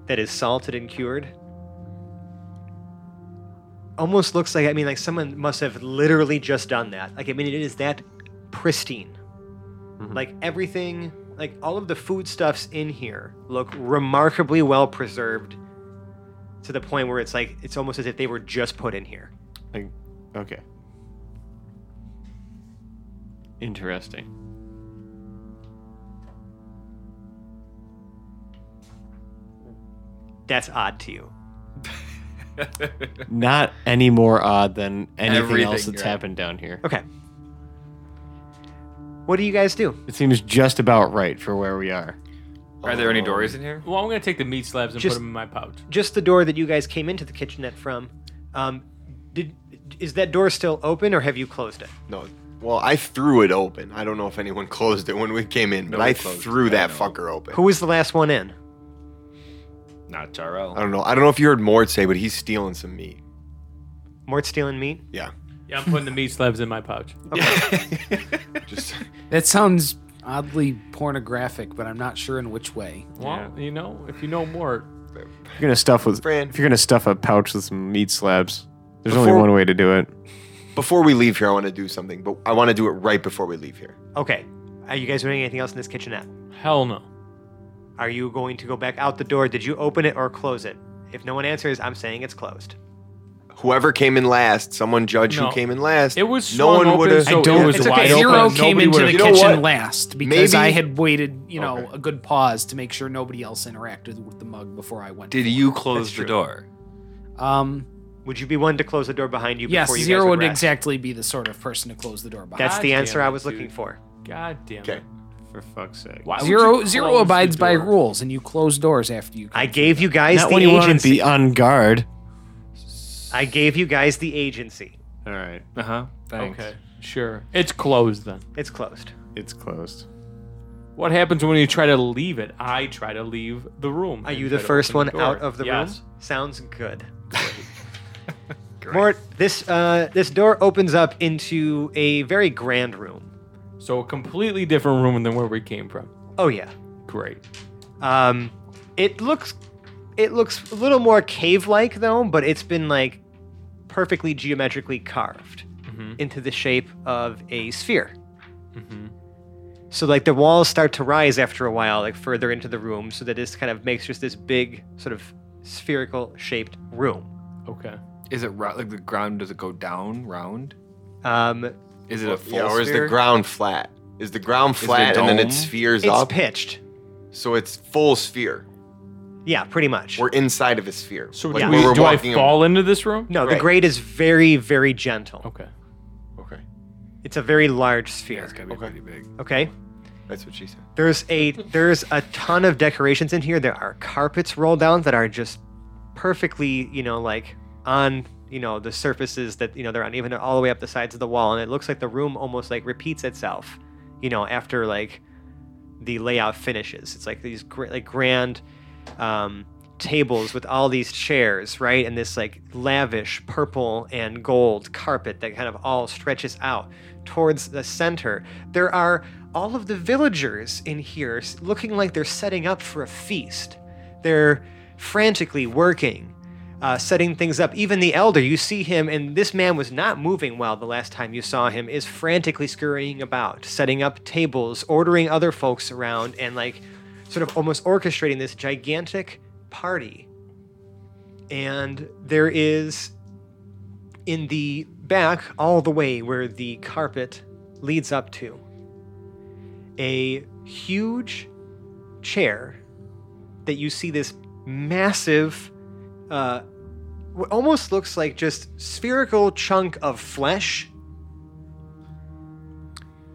Speaker 3: that is salted and cured almost looks like I mean like someone must have literally just done that. Like I mean it is that pristine. Like everything, like all of the foodstuffs in here look remarkably well preserved to the point where it's like it's almost as if they were just put in here.
Speaker 5: Like, okay. Interesting.
Speaker 3: That's odd to you.
Speaker 5: Not any more odd than anything else
Speaker 8: Everything,
Speaker 5: that's
Speaker 8: right.
Speaker 5: happened down here.
Speaker 3: Okay. What do you guys do?
Speaker 5: It seems just about right for where we are.
Speaker 8: Are there any doors in here?
Speaker 6: Well, I'm gonna take the meat slabs and put
Speaker 3: Just-
Speaker 6: 'em put them in my pouch.
Speaker 3: Just the door that you guys came into the kitchenette from. Um, did is that door still open or have you closed it?
Speaker 2: No. Well, I threw it open. I don't know if anyone closed it when we came in, but
Speaker 8: No,
Speaker 2: I
Speaker 8: we closed
Speaker 2: threw
Speaker 8: it. I
Speaker 2: that
Speaker 8: know.
Speaker 2: fucker open.
Speaker 3: Who was the last one in?
Speaker 8: Not
Speaker 2: I
Speaker 8: Jarrell.
Speaker 2: don't know. I don't know if you heard Mort say, but he's stealing some meat.
Speaker 3: Mort stealing meat.
Speaker 2: Yeah.
Speaker 6: Yeah, I'm putting the meat slabs in my pouch.
Speaker 2: Just
Speaker 1: That sounds oddly pornographic, but I'm not sure in which way.
Speaker 6: Well, you know, if you know more,
Speaker 5: If you're gonna stuff with
Speaker 2: Fran.
Speaker 5: if you're gonna stuff a pouch with some meat slabs, there's only
Speaker 2: Before-
Speaker 5: one way to do it.
Speaker 2: before we leave here, I want to do something, but I want to do it right before we leave here.
Speaker 3: Okay. Are you guys doing anything else in this kitchenette?
Speaker 6: hell no.
Speaker 3: Are you going to go back out the door? Did you open it or close it? If no one answers, I'm saying it's closed.
Speaker 2: Whoever came in last, someone judge
Speaker 6: No.
Speaker 2: who came in last.
Speaker 6: It was
Speaker 2: no
Speaker 6: swung
Speaker 2: one
Speaker 6: open,
Speaker 2: would've-
Speaker 6: so
Speaker 2: I
Speaker 6: it
Speaker 2: don't-
Speaker 6: was
Speaker 3: It's okay.
Speaker 6: wide
Speaker 3: Zero
Speaker 6: open.
Speaker 9: came
Speaker 6: Nobody
Speaker 9: into
Speaker 6: would've-
Speaker 9: the
Speaker 2: You know
Speaker 9: kitchen
Speaker 2: what?
Speaker 9: last because
Speaker 2: Maybe-
Speaker 9: I had waited, you know,
Speaker 2: Okay.
Speaker 9: a good pause to make sure nobody else interacted with the mug before I went.
Speaker 8: Did
Speaker 9: for
Speaker 8: you
Speaker 9: it.
Speaker 8: close the
Speaker 3: true.
Speaker 8: door?
Speaker 9: Um,
Speaker 3: Would you be one to close the door behind you
Speaker 9: yes,
Speaker 3: before you
Speaker 9: Zero
Speaker 3: guys
Speaker 9: would
Speaker 3: would rest?
Speaker 9: exactly be the sort of person to close the door behind.
Speaker 3: That's the
Speaker 6: God
Speaker 3: answer
Speaker 6: damn
Speaker 3: I
Speaker 6: it,
Speaker 3: was looking
Speaker 6: dude.
Speaker 3: for.
Speaker 6: God damn
Speaker 2: Okay.
Speaker 6: it.
Speaker 5: For fuck's sake.
Speaker 6: Why would
Speaker 1: Zero
Speaker 6: you
Speaker 1: zero
Speaker 6: close the
Speaker 1: abides by
Speaker 6: door?
Speaker 1: rules, and you close doors after you.
Speaker 3: I gave you guys
Speaker 5: Not
Speaker 3: the
Speaker 5: when you want to
Speaker 3: agency.
Speaker 5: be on guard.
Speaker 3: I gave you guys the agency.
Speaker 5: All right,
Speaker 8: Uh huh.
Speaker 6: Okay, sure. It's closed then.
Speaker 3: It's closed.
Speaker 5: it's closed.
Speaker 6: What happens when you try to leave it? I try to leave the room.
Speaker 3: Are
Speaker 6: and
Speaker 3: you the
Speaker 6: try to
Speaker 3: first
Speaker 6: open
Speaker 3: one
Speaker 6: the door.
Speaker 3: out of the
Speaker 6: Yes.
Speaker 3: room? Sounds good. Mort, this uh, this door opens up into a very grand room.
Speaker 6: So a completely different room than where we came from.
Speaker 3: Oh yeah.
Speaker 6: Great.
Speaker 3: Um, it looks it looks a little more cave-like though, but it's been like perfectly geometrically carved
Speaker 6: Mm-hmm.
Speaker 3: into the shape of a sphere. So like the walls start to rise after a while, like further into the room, so that this kind of makes just this big sort of spherical shaped room.
Speaker 6: Okay.
Speaker 8: Is it ro- like the ground? Does it go down round?
Speaker 3: Um,
Speaker 8: Is it a full
Speaker 2: yeah, or is
Speaker 8: sphere?
Speaker 2: the ground flat? Is the ground flat and then
Speaker 8: dome?
Speaker 2: it spheres
Speaker 3: it's
Speaker 2: up?
Speaker 3: pitched.
Speaker 2: so it's full sphere.
Speaker 3: Yeah, pretty much.
Speaker 2: We're inside of a sphere.
Speaker 6: So
Speaker 2: Like,
Speaker 6: do,
Speaker 2: where
Speaker 6: we,
Speaker 2: we're
Speaker 6: do I
Speaker 2: walking-
Speaker 6: fall into this room?
Speaker 3: no, the
Speaker 2: Right.
Speaker 3: grade is very, very gentle.
Speaker 6: Okay.
Speaker 2: Okay,
Speaker 3: It's a very large
Speaker 8: Yeah,
Speaker 3: sphere.
Speaker 8: it's gotta be
Speaker 2: Okay.
Speaker 8: pretty big.
Speaker 3: okay.
Speaker 2: that's what she said.
Speaker 3: There's a there's a ton of decorations in here. There are carpets rolled down that are just perfectly, you know, like on you know the surfaces that you know they're on, even all the way up the sides of the wall, and it looks like the room almost like repeats itself, you know, after like the layout finishes. It's like these gr- like grand um, tables with all these chairs, right, and this like lavish purple and gold carpet that kind of all stretches out towards the center. There are all of the villagers in here s- looking like they're setting up for a feast. They're frantically working, uh, setting things up. Even the elder, you see him, and this man was not moving well the last time you saw him, is frantically scurrying about, setting up tables, ordering other folks around, and like sort of almost orchestrating this gigantic party. And there is in the back, all the way where the carpet leads up to, a huge chair that you see this massive, uh, what almost looks like just spherical chunk of flesh.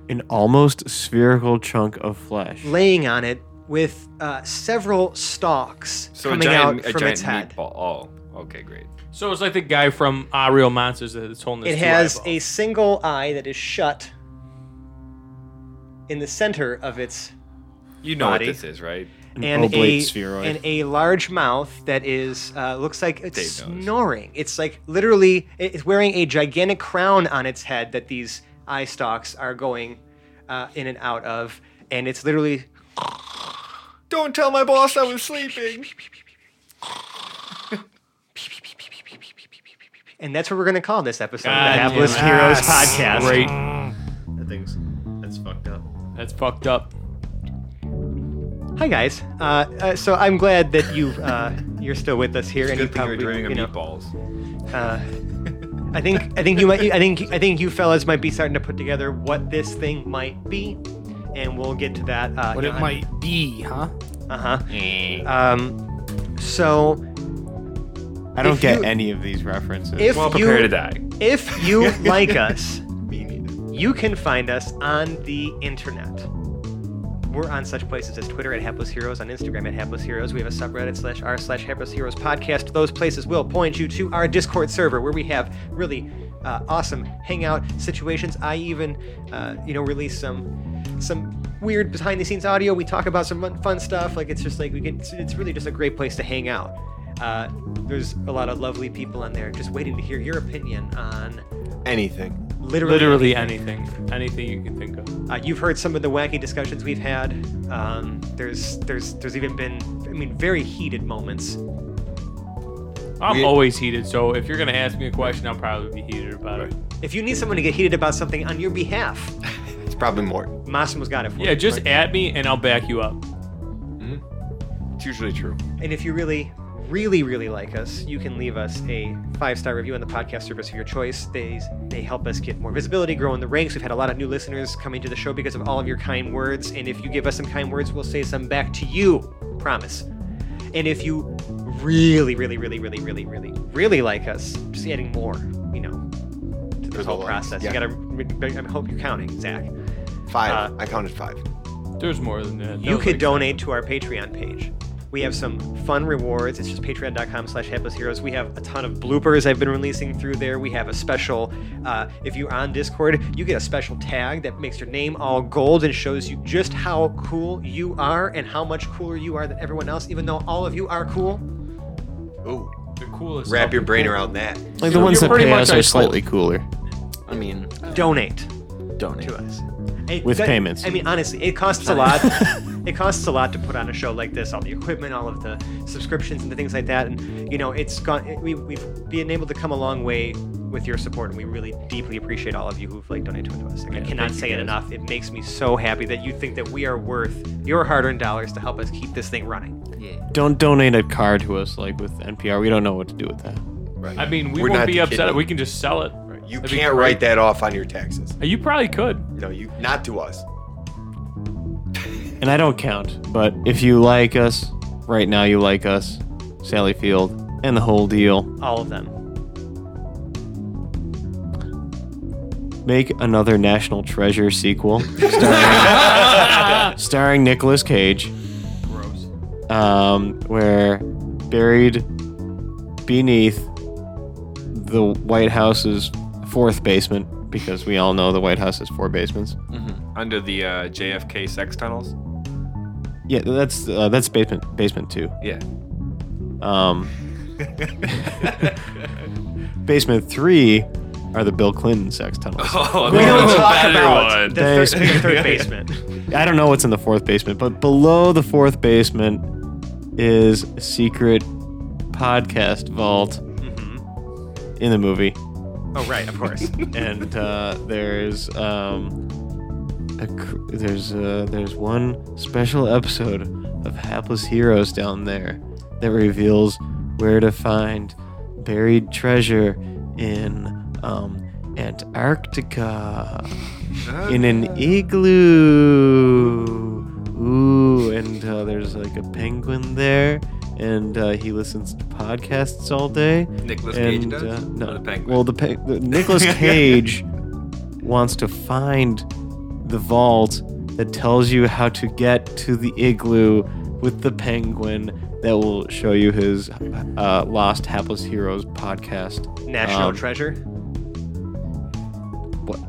Speaker 5: An almost spherical chunk of flesh.
Speaker 3: laying on it with uh, several stalks
Speaker 8: So
Speaker 3: coming
Speaker 8: a giant,
Speaker 3: out
Speaker 8: a
Speaker 3: from
Speaker 8: giant
Speaker 3: its head.
Speaker 8: meatball. Oh, okay, great.
Speaker 6: So it's like the guy from Ah Real Monsters that's holding
Speaker 3: It
Speaker 6: this.
Speaker 3: has a single eye that is shut in the center of its
Speaker 8: You know
Speaker 3: Body.
Speaker 8: what this is, right?
Speaker 3: and a
Speaker 5: oblate spheroid.
Speaker 3: and a large mouth that is uh, looks like it's
Speaker 8: Dave knows.
Speaker 3: snoring. It's like literally it- it's wearing a gigantic crown on its head that these eye stalks are going uh, in and out of, and it's literally
Speaker 2: Don't tell my boss I was sleeping.
Speaker 3: and that's what we're gonna call this episode,
Speaker 6: God
Speaker 3: the
Speaker 6: damn
Speaker 3: Hapless
Speaker 6: it.
Speaker 3: Heroes
Speaker 9: Ah,
Speaker 3: podcast.
Speaker 6: Great.
Speaker 5: That thing's that's fucked up.
Speaker 6: That's fucked up.
Speaker 3: Hi guys. Uh, uh, so I'm glad that you uh, you're still with us here, and you
Speaker 8: Good thing you're
Speaker 3: probably
Speaker 8: dreaming of
Speaker 3: you know.
Speaker 8: meatballs.
Speaker 3: Uh, I think I think you might I think I think you fellas might be starting to put together what this thing might be, and we'll get to that. Uh,
Speaker 9: What it might be, huh?
Speaker 3: Uh huh. Um, so
Speaker 5: I don't
Speaker 3: If
Speaker 5: get
Speaker 3: you-
Speaker 5: any of these references.
Speaker 3: if
Speaker 8: Well,
Speaker 3: you
Speaker 8: prepare to die.
Speaker 3: if you like us, you can find us on the internet. We're on such places as Twitter at Hapless Heroes, on Instagram at Hapless Heroes. We have a subreddit slash r slash Hapless Heroes podcast. Those places will point you to our Discord server where we have really uh, awesome hangout situations. I even, uh, you know, release some some weird behind the scenes audio. We talk about some fun- fun stuff. Like it's just like we can. It's, it's really just a great place to hang out. Uh, there's a lot of lovely people on there just waiting to hear your opinion on
Speaker 2: Anything.
Speaker 3: literally,
Speaker 6: Literally anything, anything you can think of.
Speaker 3: uh, you've heard some of the wacky discussions we've had. Um, there's there's there's even been I mean very heated moments.
Speaker 6: I'm
Speaker 2: We-
Speaker 6: always heated, so if you're gonna ask me a question, I'll probably be heated about it.
Speaker 3: If you need someone to get heated about something on your behalf,
Speaker 2: It's probably more.
Speaker 3: Massimo's got it for you.
Speaker 6: Yeah, just
Speaker 3: Right.
Speaker 6: at me and I'll back you up.
Speaker 2: It's usually true.
Speaker 3: and if you really really really like us, you can leave us a five star review on the podcast service of your choice. They they help us get more visibility, grow in the ranks. We've had a lot of new listeners coming to the show because of all of your kind words, and if you give us some kind words, we'll say some back to you. Promise. And if you really, really, really, really, really, really, really like us, just adding more, you know, to this
Speaker 2: There's a
Speaker 3: whole
Speaker 2: lot,
Speaker 3: process.
Speaker 2: yeah.
Speaker 3: You gotta. re- I hope you're counting, Zach.
Speaker 2: Five.
Speaker 3: Uh,
Speaker 2: I counted five.
Speaker 6: There's more than that.
Speaker 3: You
Speaker 6: That
Speaker 3: could
Speaker 6: was
Speaker 3: donate to our Patreon page. We have some fun rewards. It's just patreon.com slash hapless heroes. We have a ton of bloopers I've been releasing through there. We have a special, uh, if you're on Discord, you get a special tag that makes your name all gold and shows you just how cool you are and how much cooler you are than everyone else, even though all of you are cool.
Speaker 2: Ooh.
Speaker 6: the coolest.
Speaker 2: Wrap your brain around that.
Speaker 5: like
Speaker 6: you're
Speaker 5: the ones that
Speaker 6: pretty
Speaker 5: pay
Speaker 6: much
Speaker 5: us
Speaker 6: our
Speaker 5: are slightly cooler.
Speaker 4: I mean,
Speaker 3: Donate
Speaker 4: donate.
Speaker 3: to us. It
Speaker 5: With
Speaker 3: does-
Speaker 5: payments.
Speaker 3: I mean, honestly, it costs a lot. it costs a lot to put on a show like this, all the equipment, all of the subscriptions and the things like that. And you know, it's gone. it- We, we've been able to come a long way with your support, and we really deeply appreciate all of you who've like donated to us. Like, I cannot say it enough. It makes me so happy that you think that we are worth your hard-earned dollars to help us keep this thing running.
Speaker 5: Don't donate a car to us like with NPR. We don't know what to do with that.
Speaker 6: I mean, we
Speaker 2: We're
Speaker 6: won't
Speaker 2: not
Speaker 6: be upset.
Speaker 2: kidding.
Speaker 6: We can just sell it.
Speaker 2: You
Speaker 6: That'd be
Speaker 2: can't
Speaker 6: great.
Speaker 2: write that off on your taxes.
Speaker 6: You probably could.
Speaker 2: No, you not to us.
Speaker 5: And I don't count, but if you like us, right now you like us, Sally Field, and the whole deal,
Speaker 3: All of them.
Speaker 5: make another National Treasure sequel starring, starring Nicolas Cage.
Speaker 6: Gross.
Speaker 5: um, where buried beneath the White House's fourth basement, because we all know the White House has four basements.
Speaker 8: Under the uh, JFK sex tunnels.
Speaker 5: Yeah, that's uh, that's basement basement two.
Speaker 8: Yeah.
Speaker 5: Um, basement three are the Bill Clinton sex tunnels.
Speaker 8: Oh,
Speaker 3: We don't
Speaker 8: that's a
Speaker 3: talk
Speaker 8: better
Speaker 3: about
Speaker 8: one.
Speaker 3: the third,
Speaker 5: Thanks.
Speaker 3: the third basement.
Speaker 5: I don't know what's in the fourth basement, but below the fourth basement is a secret podcast vault in the movie.
Speaker 3: Oh right, of course.
Speaker 5: and uh, there's um, a, cr- there's uh, there's one special episode of Hapless Heroes down there that reveals where to find buried treasure in um, Antarctica
Speaker 3: Ah.
Speaker 5: in an igloo. Ooh, and uh, there's like a penguin there, and uh, he listens to podcasts all day.
Speaker 8: Nicholas Cage
Speaker 5: And
Speaker 8: does?
Speaker 5: uh, no,
Speaker 8: Or the penguin?
Speaker 5: well, the, pe- the Nicholas Cage wants to find the vault that tells you how to get to the igloo with the penguin that will show you his uh, Lost Hapless Heroes podcast.
Speaker 3: National
Speaker 5: Um,
Speaker 3: treasure.
Speaker 5: What?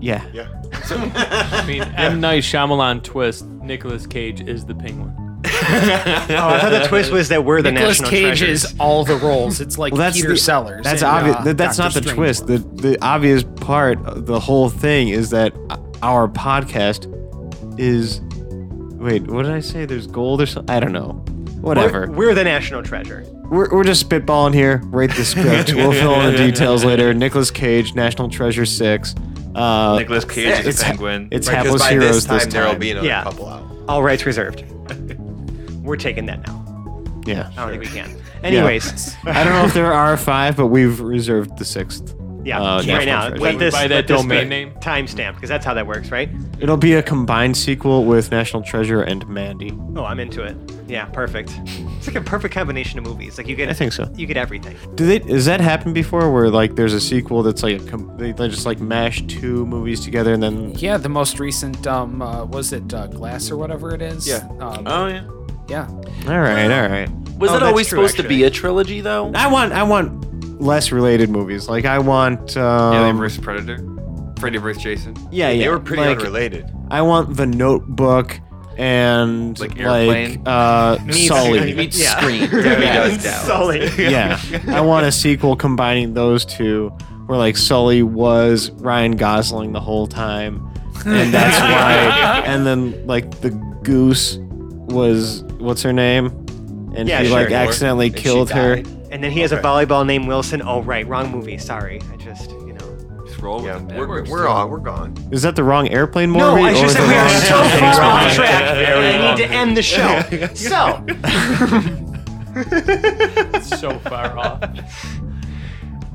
Speaker 5: Yeah.
Speaker 6: I mean, M Night Shyamalan twist. Nicolas Cage is the penguin.
Speaker 3: Oh, I thought the twist was that we're the
Speaker 9: Nicholas
Speaker 3: national
Speaker 9: Cage
Speaker 3: treasures.
Speaker 9: is all the roles. It's like
Speaker 5: Well, that's
Speaker 9: Peter
Speaker 5: the-
Speaker 9: Sellers.
Speaker 5: That's
Speaker 9: and,
Speaker 5: obvious.
Speaker 9: uh,
Speaker 5: that, that's
Speaker 9: Dr.
Speaker 5: not the
Speaker 9: Strangelove.
Speaker 5: twist. The the obvious part, of the whole thing, is that our podcast is. Wait, what did I say? There's gold or something? I don't know. Whatever.
Speaker 3: We're, we're the national treasure.
Speaker 5: We're, we're just spitballing here. Rate the script. we'll fill in the details later. Nicolas Cage, National Treasure Six. Uh,
Speaker 8: Nicholas Cage is
Speaker 5: it's-
Speaker 8: a penguin.
Speaker 5: It's
Speaker 2: Right, 'cause
Speaker 5: Hapless
Speaker 2: by
Speaker 5: Heroes
Speaker 2: this time, there'll
Speaker 5: time.
Speaker 2: be another
Speaker 3: Yeah.
Speaker 2: couple out.
Speaker 3: All rights reserved. We're taking that now.
Speaker 5: yeah.
Speaker 3: I don't think we can. Anyways,
Speaker 5: I don't know if there are five, but we've reserved the sixth.
Speaker 3: yeah,
Speaker 5: Uh,
Speaker 3: right
Speaker 5: National
Speaker 3: now.
Speaker 5: Treasure.
Speaker 3: Let this,
Speaker 6: By that
Speaker 3: let this
Speaker 6: domain
Speaker 3: be
Speaker 6: name?
Speaker 3: timestamp because that's how that works, right?
Speaker 5: It'll be a combined sequel with National Treasure and Mandy.
Speaker 3: Oh, I'm into it. Yeah, perfect. It's like a perfect combination of movies. Like you get,
Speaker 5: I think so.
Speaker 3: You get everything.
Speaker 5: Do they? Does that happen before, where like there's a sequel that's like a com- they, they just like mash two movies together and then
Speaker 9: Yeah, the most recent um uh, was it uh, Glass or whatever it is.
Speaker 2: Yeah.
Speaker 9: Um,
Speaker 4: Oh yeah.
Speaker 9: yeah.
Speaker 5: all right, all right.
Speaker 4: Was
Speaker 3: Oh,
Speaker 4: it
Speaker 3: that's
Speaker 4: always
Speaker 3: true,
Speaker 4: supposed to
Speaker 3: actually.
Speaker 4: be a trilogy though?
Speaker 5: I want I want less related movies. Like I want um,
Speaker 8: Alien vs Predator, Freddy vs Jason.
Speaker 5: yeah yeah.
Speaker 2: They were pretty
Speaker 5: like,
Speaker 2: unrelated.
Speaker 5: I want the Notebook and
Speaker 8: Like
Speaker 5: like,
Speaker 8: Airplane?
Speaker 5: uh, Sully.
Speaker 4: Meets
Speaker 3: Yeah.
Speaker 4: Scream.
Speaker 8: Debbie does Dallas.
Speaker 3: Sully.
Speaker 5: yeah. I want a sequel combining those two where like Sully was Ryan Gosling the whole time. And that's why and then like the goose was what's her name? And
Speaker 3: Yeah,
Speaker 5: he
Speaker 3: sure.
Speaker 5: like accidentally
Speaker 2: And she
Speaker 5: killed her.
Speaker 2: died.
Speaker 3: And then he has a volleyball named Wilson. Oh, right, wrong movie. Sorry, I just you know.
Speaker 8: Just roll
Speaker 2: Yeah,
Speaker 8: with it.
Speaker 2: we're, we're on. We're gone.
Speaker 5: Is that the wrong airplane movie?
Speaker 3: No, I
Speaker 5: or
Speaker 3: should
Speaker 5: the
Speaker 3: say we are
Speaker 5: wrong
Speaker 3: so
Speaker 5: Titanic
Speaker 3: far off
Speaker 5: movie?
Speaker 3: track.
Speaker 6: Very
Speaker 3: I
Speaker 6: wrong.
Speaker 3: need to end the show. So,
Speaker 6: It's so far off.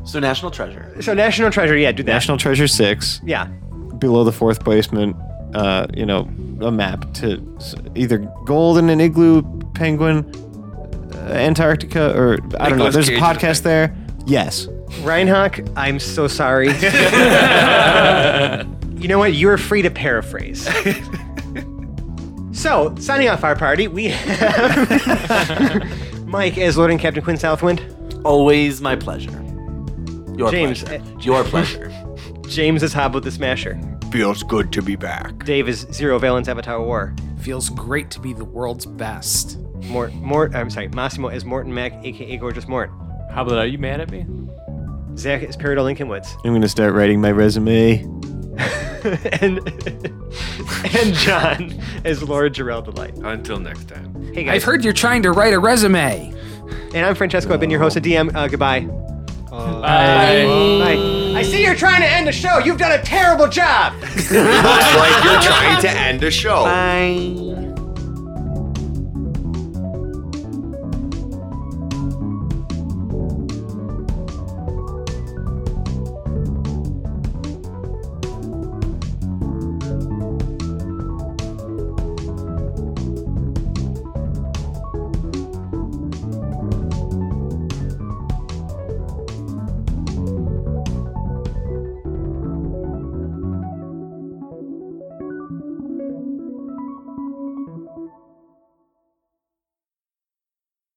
Speaker 4: So National Treasure.
Speaker 3: so National Treasure. Yeah, do that.
Speaker 5: National Treasure Six,
Speaker 3: yeah.
Speaker 5: below the fourth placement, uh, you know, a map to s- either gold in an igloo penguin, uh, Antarctica, or I don't know.
Speaker 8: Nicolas
Speaker 5: There's a
Speaker 8: Cage is
Speaker 5: podcast there. Yes.
Speaker 3: Reinhach, I'm so sorry. you know what? You're free to paraphrase. so, signing off our party, we have Mike as Lord and Captain Quinn Southwind,
Speaker 4: Always my pleasure. Your
Speaker 3: James,
Speaker 4: pleasure.
Speaker 3: uh,
Speaker 4: Your pleasure.
Speaker 3: James as Hobbit the Smasher,
Speaker 2: Feels good to be back.
Speaker 3: Dave as Zero Valence Avatar War,
Speaker 9: Feels great to be the world's best.
Speaker 3: Mort, Mort, I'm sorry, Massimo as Morton Mac, aka Gorgeous Mort,
Speaker 6: How about are you mad at me?
Speaker 3: Zach as Peridot Lincoln Woods,
Speaker 5: I'm gonna start writing my resume.
Speaker 3: and and John as Laura Jarrell Delight.
Speaker 8: Until next time.
Speaker 3: Hey guys,
Speaker 9: I've heard you're trying to write a resume.
Speaker 3: and I'm Francesco. I've been your host at DM. Uh, goodbye. Bye. I see you're trying to end the show. You've done a terrible job.
Speaker 2: Looks like you're trying to end a show.
Speaker 4: Bye.